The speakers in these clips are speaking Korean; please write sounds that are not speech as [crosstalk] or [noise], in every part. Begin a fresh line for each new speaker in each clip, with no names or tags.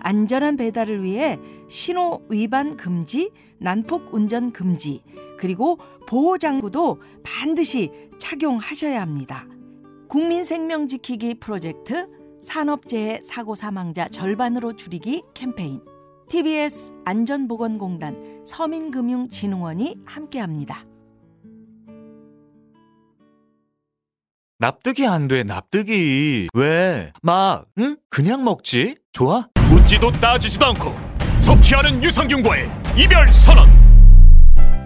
안전한 배달을 위해 신호 위반 금지, 난폭 운전 금지, 그리고 보호장구도 반드시 착용하셔야 합니다. 국민 생명 지키기 프로젝트 산업재해 사고 사망자 절반으로 줄이기 캠페인 TBS 안전보건공단 서민금융진흥원이 함께합니다.
납득이 안 돼, 납득이. 왜? 막, 응? 그냥 먹지? 좋아? 묻지도 따지지도 않고 섭취하는 유산균과의 이별 선언!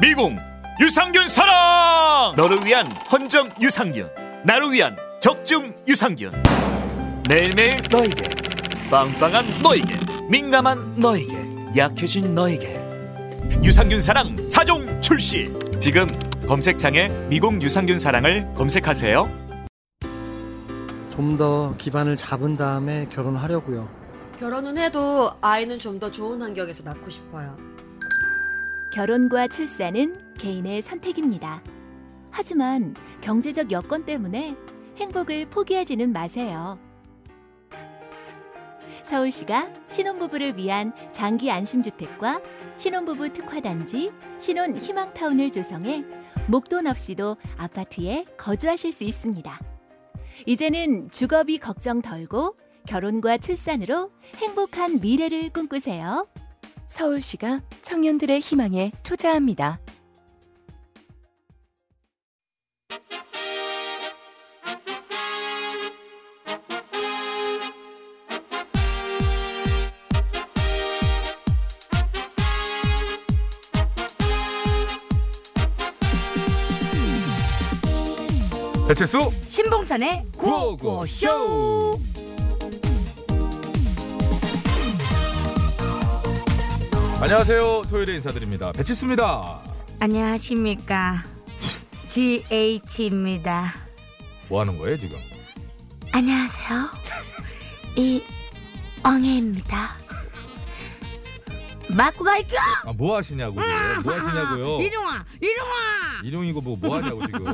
미궁 유산균 사랑! 너를 위한 헌정 유산균, 나를 위한 적중 유산균. 매일매일 너에게, 빵빵한 너에게, 민감한 너에게, 약해진 너에게. 유산균 사랑 사종 출시! 지금 검색창에 미궁 유산균 사랑을 검색하세요.
좀 더 기반을 잡은 다음에 결혼하려고요.
결혼은 해도 아이는 좀 더 좋은 환경에서 낳고 싶어요.
결혼과 출산은 개인의 선택입니다. 하지만 경제적 여건 때문에 행복을 포기하지는 마세요. 서울시가 신혼부부를 위한 장기 안심주택과 신혼부부 특화단지, 신혼 희망타운을 조성해 목돈 없이도 아파트에 거주하실 수 있습니다. 이제는 주거비 걱정 덜고 결혼과 출산으로 행복한 미래를 꿈꾸세요.
서울시가 청년들의 희망에 투자합니다.
배칠수
신봉산의 구호구쇼
안녕하세요 토요일에 인사드립니다 배칠수입니다
안녕하십니까 GH입니다
뭐 하는 거예요 지금
안녕하세요 이 엉애입니다 맞고 갈게
아 뭐 하시냐고 지금 뭐 하시냐고요
아, [laughs] 이룡아 이룡아
일용이고 뭐, 뭐 하냐고 지금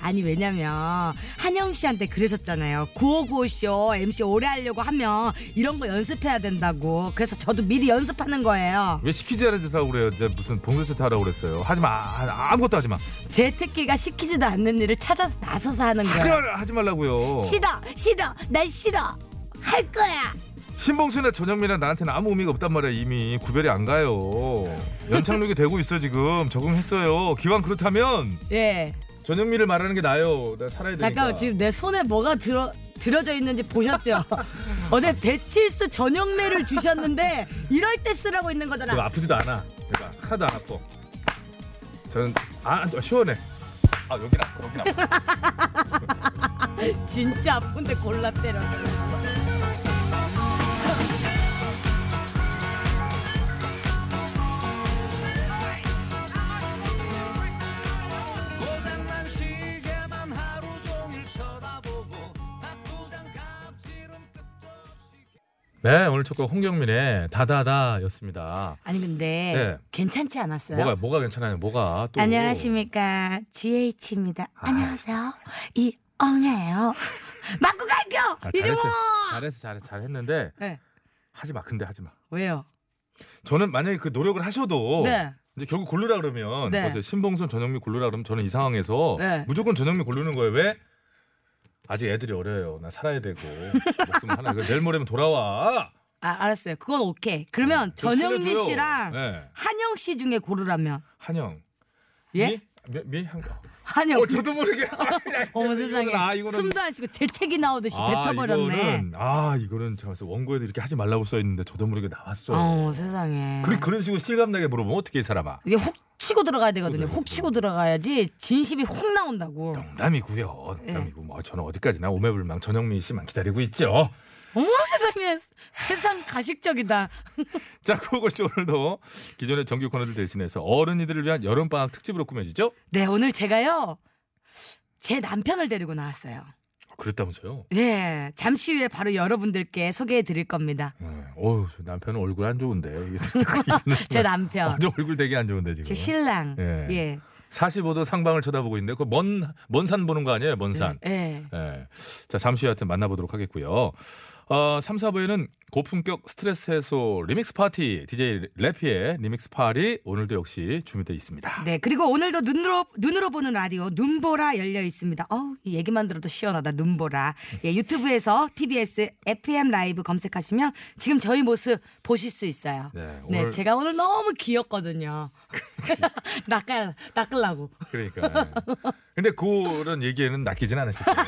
아니 왜냐면 한영 씨한테 그러셨잖아요 구호구쇼 MC 오래 하려고 하면 이런 거 연습해야 된다고 그래서 저도 미리 연습하는 거예요
왜 시키지 않은 짓 하고 그래요 이제 무슨 봉선차 타라고 그랬어요 하지마 아무것도 하지마
제 특기가 시키지도 않는 일을 찾아서 나서서 하는
하지,
거예요
말, 하지 말라고요
싫어 싫어 난 싫어 할 거야
신봉순이나 전영미나 나한테는 아무 의미가 없단 말이야 이미 구별이 안 가요 연착륙이 되고 있어 지금 적응했어요 기왕 그렇다면
예
전영미를 말하는 게 나아요 나 살아야 되니까
잠깐만 지금 내 손에 뭐가 들어 들어져 있는지
[laughs]
보셨죠? 어제 배칠수 전용매를 주셨는데 이럴 때 쓰라고 있는
내가
거잖아.
아프지도 않아. 내가 하나도 안 아파. 저는 아 아, 시원해. 아 여기나
[laughs]
여기나.
진짜 아픈데 골라 때려.
네 오늘 첫 곡 홍경민의 다다다였습니다.
아니 근데
네.
괜찮지 않았어요?
뭐가 뭐가 괜찮아요? 뭐가 또 아.
안녕하십니까 GH입니다. 안녕하세요. 이
[laughs]
엉예요. 맞고 갈게요.
아,
이리
잘했어
와.
잘했어 잘 잘했는데
네.
하지 마 근데 하지 마.
왜요?
저는 만약에 그 노력을 하셔도
네.
이제 결국 고르라 그러면
네.
보세요 신봉선 전영미 고르라 그러면 저는 이 상황에서
네.
무조건 전영미 고르는 거예요. 왜? 아직 애들이 어려요. 나
[laughs]
살아야 되고 목숨 하나 그 내일 모레면 돌아와.
아 알았어요. 그건 오케이. 그러면
그거
전영미
살려줘요.
씨랑
네.
한영 씨 중에 고르라면
한영.
예?
미? 미? 미? 한...
한영.
어, 저도 모르게.
[laughs]
아니,
어머
이거는-
세상에
아, 이거는-
숨도 안 쉬고 재채기 나오듯이 뱉어버렸네.
아, 이거는, 아, 이거는 잠깐만 원고에도 이렇게 하지 말라고 써 있는데 저도 모르게 나왔어.
어 세상에.
그런 그런 식으로 실감나게 물어보면 어떻게 이 사람아?
이게 훅 치고 들어가야 되거든요.
그래,
훅
그래.
치고 들어가야지 진심이 훅 나온다고.
농담이고요.
예.
농담이고 뭐 저는 어디까지나 오매불망 전영미 씨만 기다리고 있죠.
어머 세상에 세상 가식적이다.
자, 그것이 오늘도 기존의 정규 코너들 대신해서 어른이들을 위한 여름방학 특집으로 꾸며지죠?
네 오늘 제가요 제 남편을 데리고 나왔어요.
그랬다면서요?
예 잠시 후에 바로 여러분들께 소개해 드릴 겁니다.
네. 어우, 저 남편은 얼굴 안 좋은데. [laughs]
[laughs]
네.
제 남편,
완전 얼굴 되게 안 좋은데, 지금.
제 신랑.
예.
예.
45도 상방을 쳐다보고 있는데, 그 먼, 먼 산 보는 거 아니에요? 먼 산.
예.
예. 자, 잠시 후에 하여튼 만나보도록 하겠고요. 어, 3, 4부에는 고품격 스트레스 해소 리믹스 파티, DJ 래피의 리믹스 파티 오늘도 역시 준비되어 있습니다.
네, 그리고 오늘도 눈으로 눈으로 보는 라디오 눈보라 열려 있습니다. 어우, 이 얘기만 들어도 시원하다. 눈보라. 예, 유튜브에서 TBS FM 라이브 검색하시면 지금 저희 모습 보실 수 있어요.
네,
네,
오늘-
제가 오늘 너무 귀엽거든요. [laughs] 낚아 낚으려고.
그러니까. 근데 그런 얘기에는 낚이진 않으실 거예요.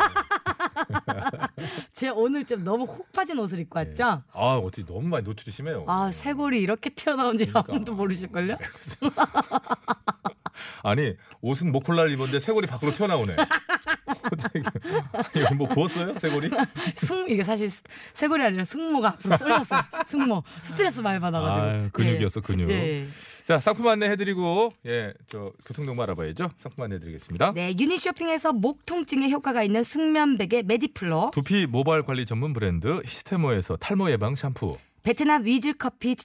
[laughs] 제가 오늘 좀 너무 혹 빠진 옷을 입고 왔죠?
아, 어떻게 너무 많이 노출이 심해요.
아, 쇄골이 이렇게 튀어나온지
네. 그러니까.
아무도 모르실걸요?
아니, 옷은 모콜라를 입었는데 쇄골이 밖으로 튀어나오네. 어떻게- [laughs] 이거 뭐 부었어요? 쇄골이?
승 이게 사실 스- 쇄골이 아니라 승모가 앞으로 쏠렸어요. 승모 스트레스 많이 받아가지고.
아, 근육이었어, 근육.
예.
자, 상품 안내 해드리고, 예, 저 교통정보 알아봐야죠. 상품 안내 해드리겠습니다.
네, 유니쇼핑에서 목 통증에 효과가 있는 숙면 베개 메디플로,
두피 모발 관리 전문 브랜드 히스테모에서 탈모 예방 샴푸,
베트남 위즐 커피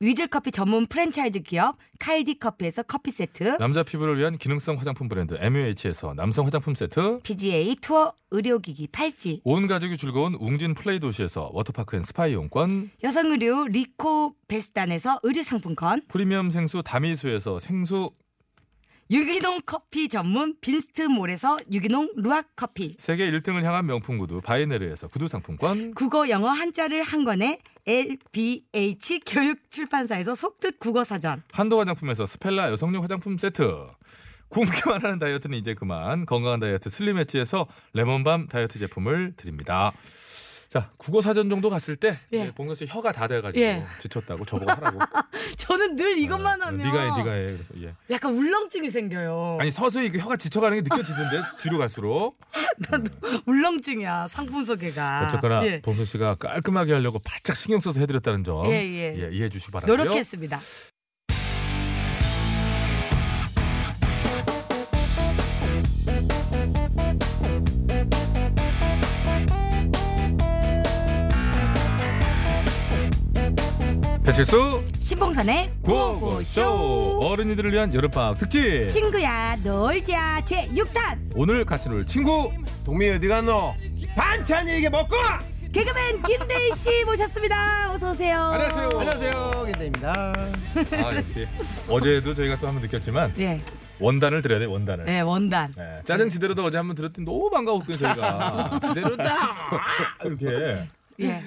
위즐 커피 전문 프랜차이즈 기업 칼디 커피에서 커피 세트,
남자 피부를 위한 기능성 화장품 브랜드 MUH에서 남성 화장품 세트,
PGA 투어 의료기기 팔찌,
온 가족이 즐거운 웅진 플레이 도시에서 워터파크 앤 스파 이용권,
여성 의류 리코 베스탄에서 의류 상품권,
프리미엄 생수 다미수에서 생수
유기농 커피 전문 빈스트몰에서 유기농 루악 커피,
세계 1등을 향한 명품 구두 바이네르에서 구두 상품권,
국어 영어 한자를 한 권에 LBH 교육 출판사에서 속뜻 국어 사전.
한도 화장품에서 스펠라 여성용 화장품 세트. 굶기만 하는 다이어트는 이제 그만 건강한 다이어트 슬림 엣지에서 레몬밤 다이어트 제품을 드립니다. 자 국어 사전 정도 갔을 때
예.
이제 봉선 씨 혀가 다 돼가지고
예.
지쳤다고 저보고 하라고.
저는 늘 [laughs] 이것만
어, 어,
하면
네가 해, 네가 해. 그래서 예.
약간 울렁증이 생겨요.
아니 서서히 그 혀가 지쳐가는
[laughs]
게 느껴지던데 뒤로 갈수록.
울렁증이야 상품 소개가.
어쨌거나
예.
봉선 씨가 깔끔하게 하려고 바짝 신경 써서 해드렸다는 점
예, 예.
이해해 주시기 바라고요.
노력했습니다.
배칠수
신봉선의
고고쇼
고고쇼.
어른이들을 위한 여름방학 특집
친구야 놀자 제 6탄
오늘 같이 놀 친구
동미 어디 갔노? 반찬이 이게 먹고! 와!
개그맨 김대희
[laughs]
씨 모셨습니다. 어서 오세요.
안녕하세요. 김대입니다.
아 역시 어제도 저희가 또 한 번 느꼈지만
예,
원단을 드려야 돼 원단을
예 원단.
예, 짜증 지대로도 어제 한 번 들었더니 너무 반가웠거든요 저희가 지대로다 이렇게
예.
예.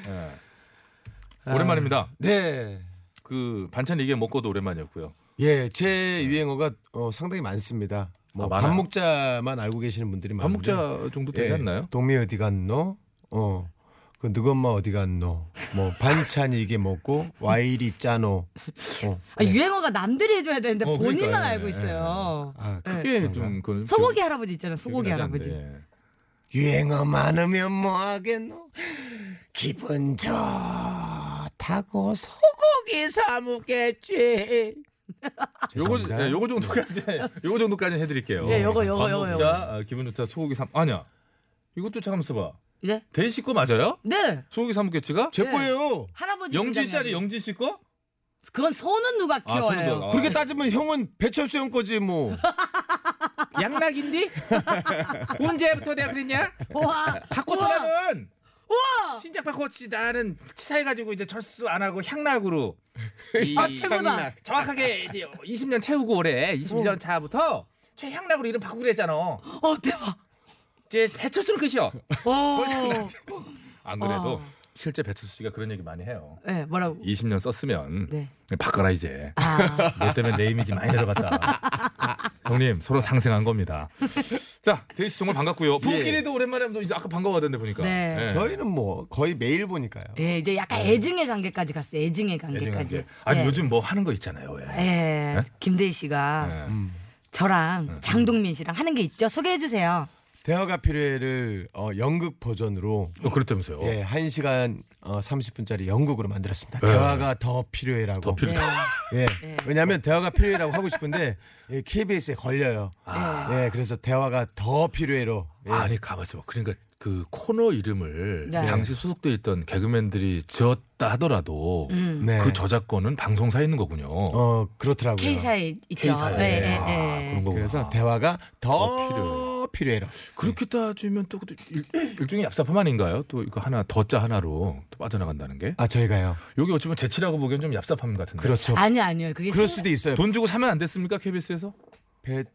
오랜만입니다
네.
그 반찬 얘기 먹고도 오랜만이었고요
예, 제 유행어가 어, 상당히 많습니다.
아,
뭐
많아요?
반목자만 알고 계시는 분들이
밥
많은데.
먹자 정도 되지
예,
않나요?
동미 어디 갔노? 어. 그 누구 엄마 어디 갔노? 뭐 반찬이 이게 먹고 와이리 짜노. 어.
아, 유행어가 남들이 해줘야 되는데
어,
본인만
그러니까요.
알고
예,
있어요.
아, 그
그게 좀 그건
소고기
기억-
할아버지 있잖아. 소고기
기억이 나지 예.
할아버지.
않는데.
유행어 많으면 뭐 하겠노? 기분 좋다고 소고기 사 먹겠지.
요거
죄송합니다.
예, 요거 정도까지 [laughs] 요거 정도까지 해드릴게요.
예, 요거, 요거, 요거,
자 아, 기분 좋다 소고기 삼 아니야 이것도 잠깐 써봐.
예?
대시 거 맞아요?
네.
소고기 삼겹치가
제
네.
거예요.
할아버지.
예. 영진 씨
부장님.
아니 영진 씨 거?
그건 소는 누가
아, 소는
키워요.
누가- 아.
그렇게 따지면 형은 배철수 형 거지 뭐.
아.
[laughs]
[laughs]
양락인디? 언제부터 내가 그랬냐?
와.
바꿔서라면 신작 바꿔치 나는 치사해가지고 이제 절수 안 하고 향락으로 이-
아, 최고다.
정확하게 이제 20년 채우고 올해 21년 차부터 최향락으로 이름 바꾸기로 했잖아.
어 대박.
이제 배철수로 끝이요.
어.
안 그래도
어.
아.
실제 배철수 씨가 그런 얘기 많이 해요.
예, 뭐라고?
20년 썼으면
네.
바꿔라 이제.
아.
너 때문에 내 이미지 많이
[laughs]
내려갔다. 형님 서로 상생한 겁니다. 자 대시 희 정말
예.
반갑고요. 부부끼리도 오랜만에 하면 이제 아까 반가워하던데 보니까.
네.
예.
저희는 뭐 거의 매일 보니까요.
예, 이제 약간 애증의 관계까지 갔어요. 애증의
애증한
관계까지.
게. 아니
예.
요즘 뭐 하는 거 있잖아요. 왜.
예,
예?
김대희 씨가
예.
음.
저랑 장동민 씨랑 하는 게 있죠. 소개해 주세요.
대화가 필요해를 어, 연극 버전으로
어, 그렇다면서요.
예, 1시간 어, 30분짜리 연극으로 만들었습니다.
예.
대화가 더 필요해라고.
더
네.
필요해.
예. 왜냐하면 대화가 필요해라고 하고 싶은데 예, KBS에 걸려요.
아.
예, 그래서 대화가 더 필요해로.
[laughs]
예.
아니 가만 있어봐. 그러니까 그 코너 이름을
네.
당시 소속돼 있던 개그맨들이 지었다 하더라도
음.
네.
그 저작권은 방송사에 있는 거군요.
어 그렇더라고요.
K사에 있죠.
K사에.
예, 예,
아,
예.
그런 거구나.
그래서 대화가 더, 필요해. 로
그렇게 따지면 또 그것도 일, 일종의 얍삽함 아닌가요? 또 이거 하나 더자 하나로 또 빠져나간다는 게.
아 저희가요.
여기 어찌 보면 재치라고 보기엔 좀 얍삽함 같은데.
그렇죠.
네. 아니요, 아니요. 그게
그럴
생-
수도 있어요.
돈 주고 사면 안 됐습니까 KBS에서?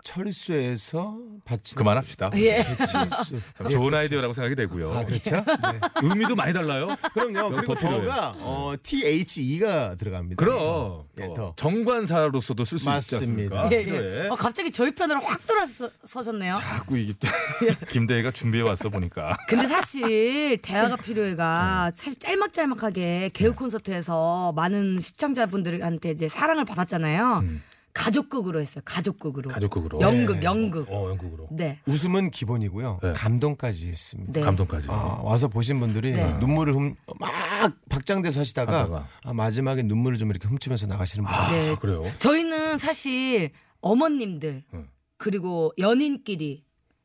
배철수에서 받침.
그만합시다.
예.
[laughs]
배철수.
참 좋은 아이디어라고 생각이 되고요.
그렇죠.
예.
아 그렇죠. 네.
의미도 많이 달라요.
[laughs] 그럼요.
더
그리고
필요해요. 네.
더가 어, THE가 들어갑니다.
그럼
예,
더.
더.
정관사로서도 쓸 수 있지
맞습니다.
않습니까?
예, 예.
필요해.
어, 갑자기 저희 편으로 확 돌아서셨네요.
자꾸 이게 [laughs] 김대희가 준비해 왔어 보니까.
근데 사실 대화가 필요해가 사실 짤막짤막하게 개그 콘서트에서 많은 시청자분들한테 이제 사랑을 받았잖아요.
음.
가족극으로 했어요. 가족극으로.
가족극으로.
연극, 연극.
어, 연극으로.
네.
웃음은 기본이고요.
네.
감동까지 했습니다.
네.
감동까지.
아, 와서 보신 분들이
네.
눈물을 훔, 막 박장대소 하시다가
하다가.
아, 마지막에 눈물을 좀 이렇게 훔치면서 나가시는 분들.
네. 아,
네.
그래요?
저희는 사실 어머님들
음.
그리고 연인끼리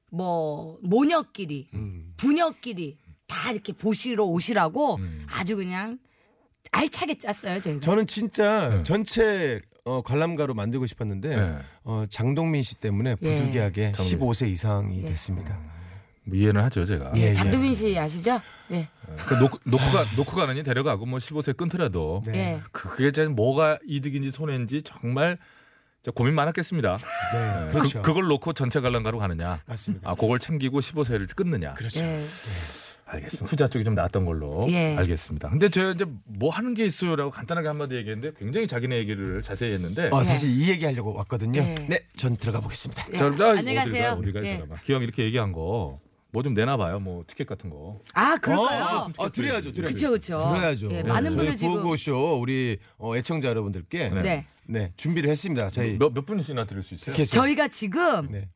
뭐 모녀끼리
음.
부녀끼리 다 이렇게 보시러 오시라고
음.
아주 그냥 알차게 짰어요 저희가.
저는 진짜
네.
전체 어, 관람가로 만들고 싶었는데
네.
어, 장동민 씨 때문에
예.
부득이하게 15세 이상이 됐습니다.
뭐 이해는 하죠, 제가.
예,
예,
장두빈 씨 아시죠? 예.
그 놓고, 놓고 가, 놓고 가느니 데려가고 뭐 15세 끊더라도
네.
예.
그- 그게 진짜 뭐가 이득인지 손해인지 정말 진짜 고민 많았겠습니다.
네,
그,
그렇죠.
그걸 놓고 전체 관람가로 가느냐.
맞습니다.
아, 그걸 챙기고 15세를 끊느냐.
그렇죠.
예.
알겠습니다. 후자 쪽이 좀 나왔던 걸로
예.
알겠습니다. 근데 제가 이제 뭐 하는 게 있어요라고 간단하게 한마디 얘기했는데 굉장히 자기네 얘기를 자세히 했는데
예.
어, 사실 이 얘기 하려고 왔거든요.
네.
네, 전 들어가 보겠습니다.
예.
자, 나
안녕히 가세요.
어디 가요, 어디
예.
가요, 사람아. 기왕 이렇게 얘기한 거 뭐 좀 내나 봐요. 뭐 티켓 같은 거.
아, 그럴까요?
어, 어, 드려야죠, 드려야죠.
그쵸, 그쵸.
들어야죠.
예, 많은
저희
분들 지금.
구호고쇼 우리 어, 애청자 여러분들께
네.
네.
네.
준비를 했습니다. 저희
몇, 몇 분씩이나 들을 수 있어요?
티켓을.
저희가 지금
네.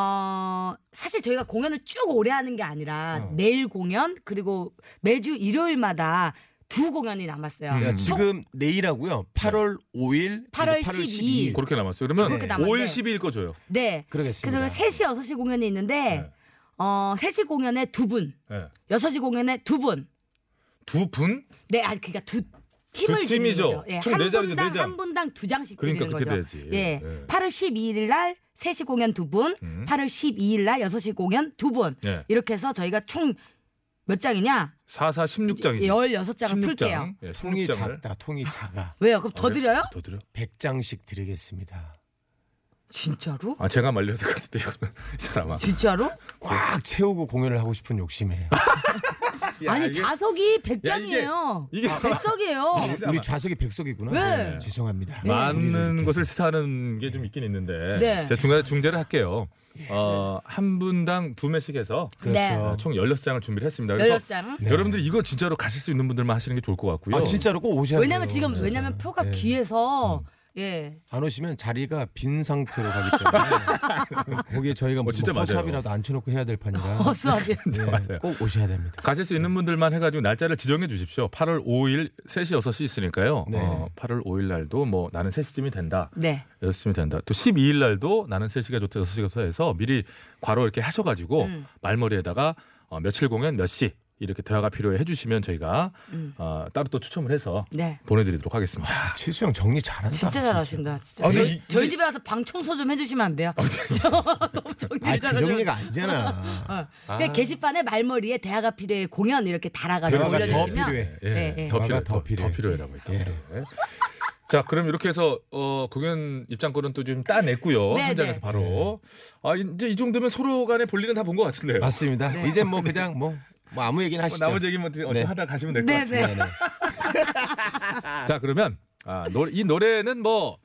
어, 사실 저희가 공연을 쭉 오래 하는 게 아니라
어.
내일 공연 그리고 매주 일요일마다 두 공연이 남았어요.
음.
야, 네, 지금 내일하고요. 8월 5일,
8월 12일.
그렇게 남았어요. 그러면
네. 그렇게 남았네.
5월 12일 거 줘요.
네.
그러겠습니다.
그래서 3시, 6시 공연이 있는데
네.
어, 3시 공연에 두 분,
예.
6시 공연에 두 분.
두 분?
네, 아 그러니까 두 팀을
두
주는
팀이죠.
거죠. 예,
총
한
네 장이죠,
분당
네 장.
한 분당 두 장씩
그러니까
드리는
그렇게
거죠.
돼야지.
예.
예.
8월 12일 날 3시 공연 두 분,
음.
8월 12일 날 6시 공연 두 분.
예.
이렇게 해서 저희가 총 몇 장이냐?
4, 4, 16장이죠.
예, 16장을
16장.
풀게요.
예,
네, 통이
16장을.
작다, 통이 작아.
왜요? 그럼 더
아, 네.
드려요?
더 드려?
100장씩 드리겠습니다.
진짜로?
아, 제가 말려야 될 것 같은데, 이거는. [laughs] 이 사람아.
진짜로?
꽉 채우고 공연을 하고 싶은 욕심에
아,
야,
아니
이게-
자석이
야, 이게-
100장이에요.
이게 사람-
[laughs]
100석이에요.
우리 좌석이 백석이구나.
네.
네, 죄송합니다. 네.
많은
우리를
것을 시사하는 게 좀 있긴 있는데
네.
제가 중간에 중재를 할게요. 어, 한 분당 두 매씩 해서
네.
그렇죠.
어, 총 16장을 준비를 했습니다. 그래서
16장.
네.
여러분들 이거 진짜로 가실 수 있는 분들만 하시는 게 좋을 것 같고요.
아 진짜로 꼭 오셔야 돼요.
네. 왜냐면 지금 왜냐면 표가
네.
귀해서 예.
안 오시면 자리가 빈 상태로 가기
[laughs]
때문에 거기에 저희가 무슨
어, 진짜
뭐
맞아요.
허수아비라도 안 쳐놓고 해야 될 판이라
허수아비.
진짜
네,
맞아요.
꼭 오셔야 됩니다.
가실 수 있는 분들만 해가지고 날짜를 지정해 주십시오. 8월 5일 3시 6시 있으니까요.
네.
어, 8월 5일 날도 뭐 나는 3시쯤이 된다.
네.
6시쯤이 된다. 또 12일 날도 나는 3시가 좋다 6시가 좋다 해서 미리 괄호 이렇게 하셔가지고
음.
말머리에다가 어, 며칠 공연 몇 시 이렇게 대화가 필요해 해주시면 저희가
음.
어, 따로 또 추첨을 해서
네.
보내드리도록 하겠습니다.
아, 칠수 형 정리 잘한다.
진짜 잘하신다. 진짜.
아, 근데
저희,
이- 아, 네.
저희 집에 와서 방 청소 좀 해주시면 안 돼요? [laughs] 저 너무 정리를
아그
잘하셔가지고. [laughs]
정리가 아니잖아.
어. 그러니까 게시판에 말머리에 대화가 필요해 공연 이렇게 달아가지고
대화가 더
올려주시면
필요해.
예,
예, 예.
더 필요해,
더
더, 필요해.
필요해.
더 필요해라고 했다. 필요해. 자, 그럼 이렇게 해서 어, 공연 입장권은 또 좀 따냈고요.
네,
현장에서
네.
바로 아 이제 이 정도면 서로 간에 볼일은 다 본 것 같은데요.
맞습니다.
네.
이제 뭐 그냥 뭐, 뭐 아무 얘기나
뭐
하시죠.
나머지 얘기 뭐 어떻게
네.
하다 가시면 될 것
네,
같습니다.
네.
자, 그러면 아, 노- 이 노래는 뭐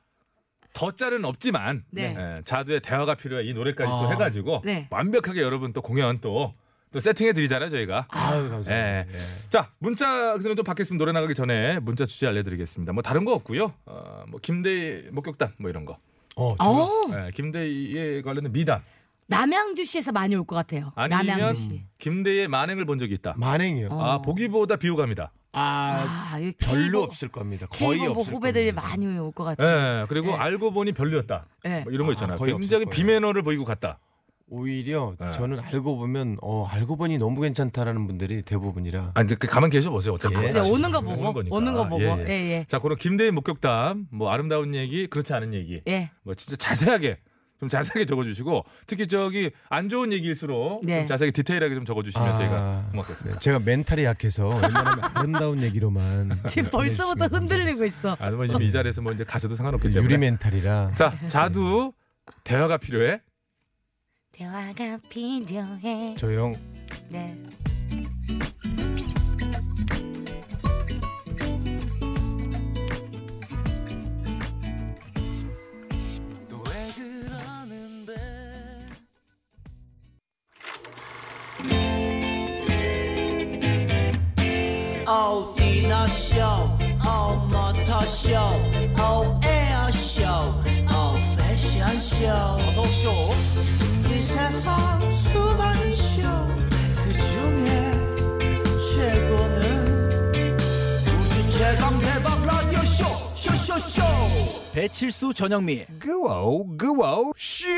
더짤은 없지만
네.
예, 자두의 대화가 필요해 이 노래까지 또
아.
해가지고
네.
완벽하게 여러분 또 공연 또, 또 세팅해 드리잖아요 저희가.
아유 감사합니다. 네.
예. 자 문자 그대로 좀 받겠습니다 노래 나가기 전에 문자 주제 알려드리겠습니다 뭐 다른 거 없고요 어, 뭐 김대희 목격담 뭐 이런 거
어,
어.
예, 김대희에 관련된 미담
남양주시에서 많이 올 것 같아요.
아니면
남양주시.
김대의 만행을 본 적이 있다.
만행이요.
아
어.
보기보다 비호감이다.
아,
아, 여기 K본부-
별로 없을 겁니다. 거의
K본부
없을
뭐 후배들이
겁니다.
많이 올 것
예.
같아요.
그리고
네.
알고 보니 별로였다.
네.
뭐 이런 거
아,
있잖아요.
거의 없을
굉장히
거예요.
비매너를 보이고 갔다.
오히려
네.
저는 알고 보면 어 알고 보니 너무 괜찮다라는 분들이 대부분이라
아 이제 그 가만 계셔 보세요. 어차피
예.
이제
아,
네, 오는 거 보고
네, 오는 거니까.
오는 거 보고
예,
예예.
예. 자 그런 김대의 목격담, 뭐 아름다운 얘기, 그렇지 않은 얘기,
예.
뭐 진짜 자세하게 좀 자세하게 적어주시고 특히 저기 안 좋은 얘기일수록 좀
네.
자세하게 디테일하게 좀 적어주시면
아.
저희가 고맙겠습니다.
제가 멘탈이 약해서 웬만하면 아름다운 얘기로만
[laughs] 지금 벌써부터
보내주시면
흔들리고 있어.
아, 뭐 지금 이 자리에서 뭐 이제 가셔도 상관없기
그
때문에.
감사하겠습니다. 그 유리 멘탈이라
자 자두 대화가 필요해.
대화가 필요해.
조용
네.
어디나 쇼 어머터 쇼 어에어 쇼 어패션 쇼 어서 오쇼 이 세상 수많은 쇼그 중에 최고는 우주 최강 대박 라디오 쇼 쇼쇼쇼
배칠수 전영미 그와우 그와우 쇼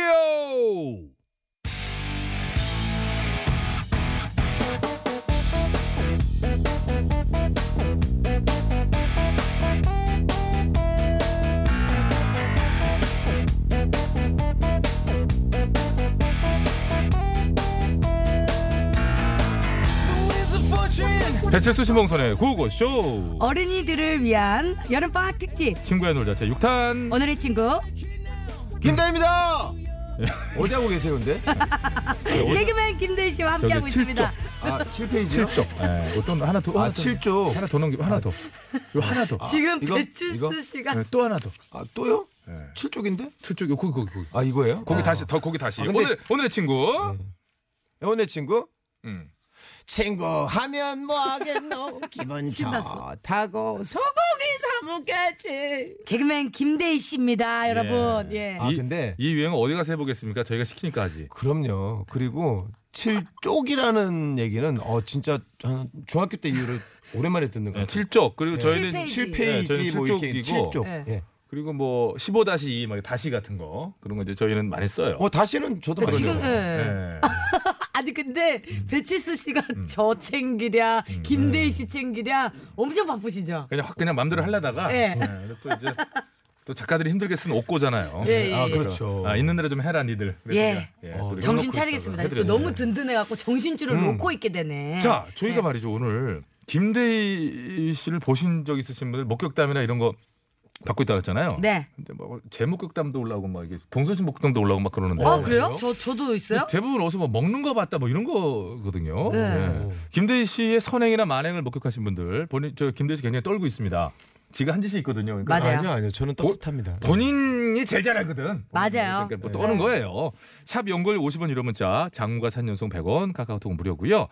배칠수 신봉선의 구호고쇼
어린이들을 위한 여름방학 특집
친구의 놀자 제 6탄
오늘의 친구
김다입니다.
어디 하고 계세요 근데?
네,
개그맨 김대희 씨와
저기
함께하고 있습니다.
아 7페이지요?
7쪽 예, 어떤 하나 더
아
하나 더,
7쪽 아,
하나 더 넘기고 하나 더 요, 하나 더
아,
지금
이거? 이거?
배출수 씨가
예, 또 하나 더
아 또요?
예.
7쪽인데?
7쪽 요그 거기 거기 거기
아 이거예요?
거기
아.
다시 더 거기 다시
아, 근데-
오늘 오늘의 친구
오늘 어, 친구
음.
친구 하면 뭐 하겠노 기분
신났어.
좋다고 소고기 사 먹겠지
개그맨 김대희 씨입니다, 여러분. 예.
아
이-
근데
이 유행은 어디 가서 해보겠습니까 저희가 시키니까 하지
그럼요. 그리고 7쪽이라는 얘기는 어 진짜 한 중학교 때 이후로 오랜만에 듣는 것
예,
같아요.
7쪽 그리고 저희는
칠페이지.
칠
네, 저희는
7페이지 뭐 이렇게
칠쪽이고.
7쪽.
네.
예.
그리고 뭐 15-2, 막 다시 같은 거 그런 거 이제 저희는 많이 써요.
어 다시는 저도
아, 지금
많이
예.
예.
아니 근데 배칠수 씨가 저 챙기랴, 김대희 씨 챙기랴 엄청 바쁘시죠?
그냥 확 그냥 맘대로 하려다가
예.
예, 근데 또 이제 또 작가들이 힘들게 쓴 옷고잖아요.
예, 예,
아
예.
그렇죠.
아, 있는 대로 좀 해라 니들. 그래서
예.
제가, 예, 또 이렇게
정신
해놓고
차리겠습니다.
있다고
또 너무
해드렸어요.
든든해갖고 정신줄을 놓고 있게 되네.
자, 저희가
예.
말이죠 오늘 김대희 씨를 보신 적 있으신 분들 목격담이나 이런 거 받고 있다 그랬잖아요.
네.
근데 뭐제 목격담도 올라오고 막 이게 봉선씨 목격담도 올라오고 막 그러는데.
아 그래요? 저 저도
[laughs]
있어요?
대부분 어디서 뭐 먹는 거 봤다 뭐 이런 거거든요.
네.
예. 김대희 씨의 선행이나 만행을 목격하신 분들 본인 저 김대희 씨 굉장히 떨고 있습니다. 지가 한 짓이 있거든요. 그러니까
맞아요.
아니요 아니요 저는 떳떳합니다.
본인이 제일 잘 알거든.
맞아요. 네.
그러니까 뭐 떠는 거예요. 샵 연골 50원 유료 문자, 장무가 3년송 100원, 카카오톡 무료고요.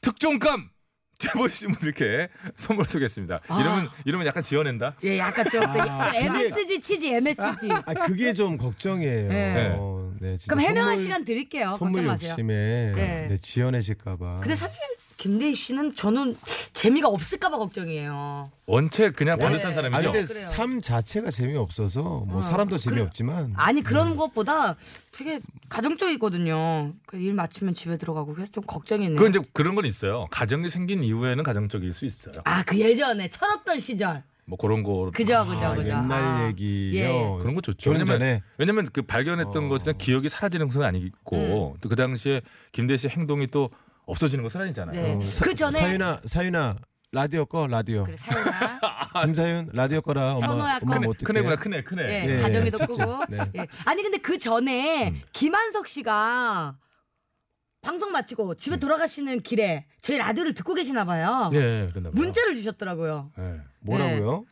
특종감 [laughs] 제보해주신 분들께 선물 쏘겠습니다.
아.
이러면 이러면 약간 지어낸다.
예, 약간 좀 되게 MSG 치지 MSG.
아 그게 좀 걱정이에요.
네.
어, 네, 진짜
그럼 해명할
선물-
시간 드릴게요. 걱정
선물
마세요.
욕심에
네.
네, 지연해질까봐.
근데 사실 김대희 씨는 저는 재미가 없을까봐 걱정이에요.
원체 그냥 번듯한
네.
아니
사람이죠.
근데
그래요.
삶 자체가 재미없어서 뭐 사람도 재미없지만
아니 그런 것보다 되게 가정적이거든요. 그 일 마치면 집에 들어가고 그래서 좀 걱정이네요.
그 이제 그런 건 있어요. 가정이 생긴 이후에는 가정적일 수 있어요.
아 그 예전에 철없던 시절.
뭐 그런 거
그죠 그죠
아,
그죠.
옛날
아.
얘기요.
예.
그런 거 좋죠.
결혼
왜냐면
전에.
왜냐면 그 발견했던
어.
것은 기억이 사라지는 것은 아니고
음.
또 그 당시에 김대희 씨 행동이 또 없어지는 것은 아니잖아요.
네.
사-
그 전에
사윤아 사윤아 라디오 꺼 라디오.
그래 사연아.
김사윤 라디오 꺼라 엄마
현호야 꺼.
엄마 뭐
큰애,
어떻게?
큰애구나 큰애 큰애.
예,
네,
가정이도
네,
크고.
네.
예. 아니 근데 그 전에
음.
김한석 씨가 방송 마치고
음.
집에 돌아가시는 길에 저희 라디오를 듣고 계시나 봐요.
예, 그랬나 봐요.
문자를 주셨더라고요.
예.
뭐라고요?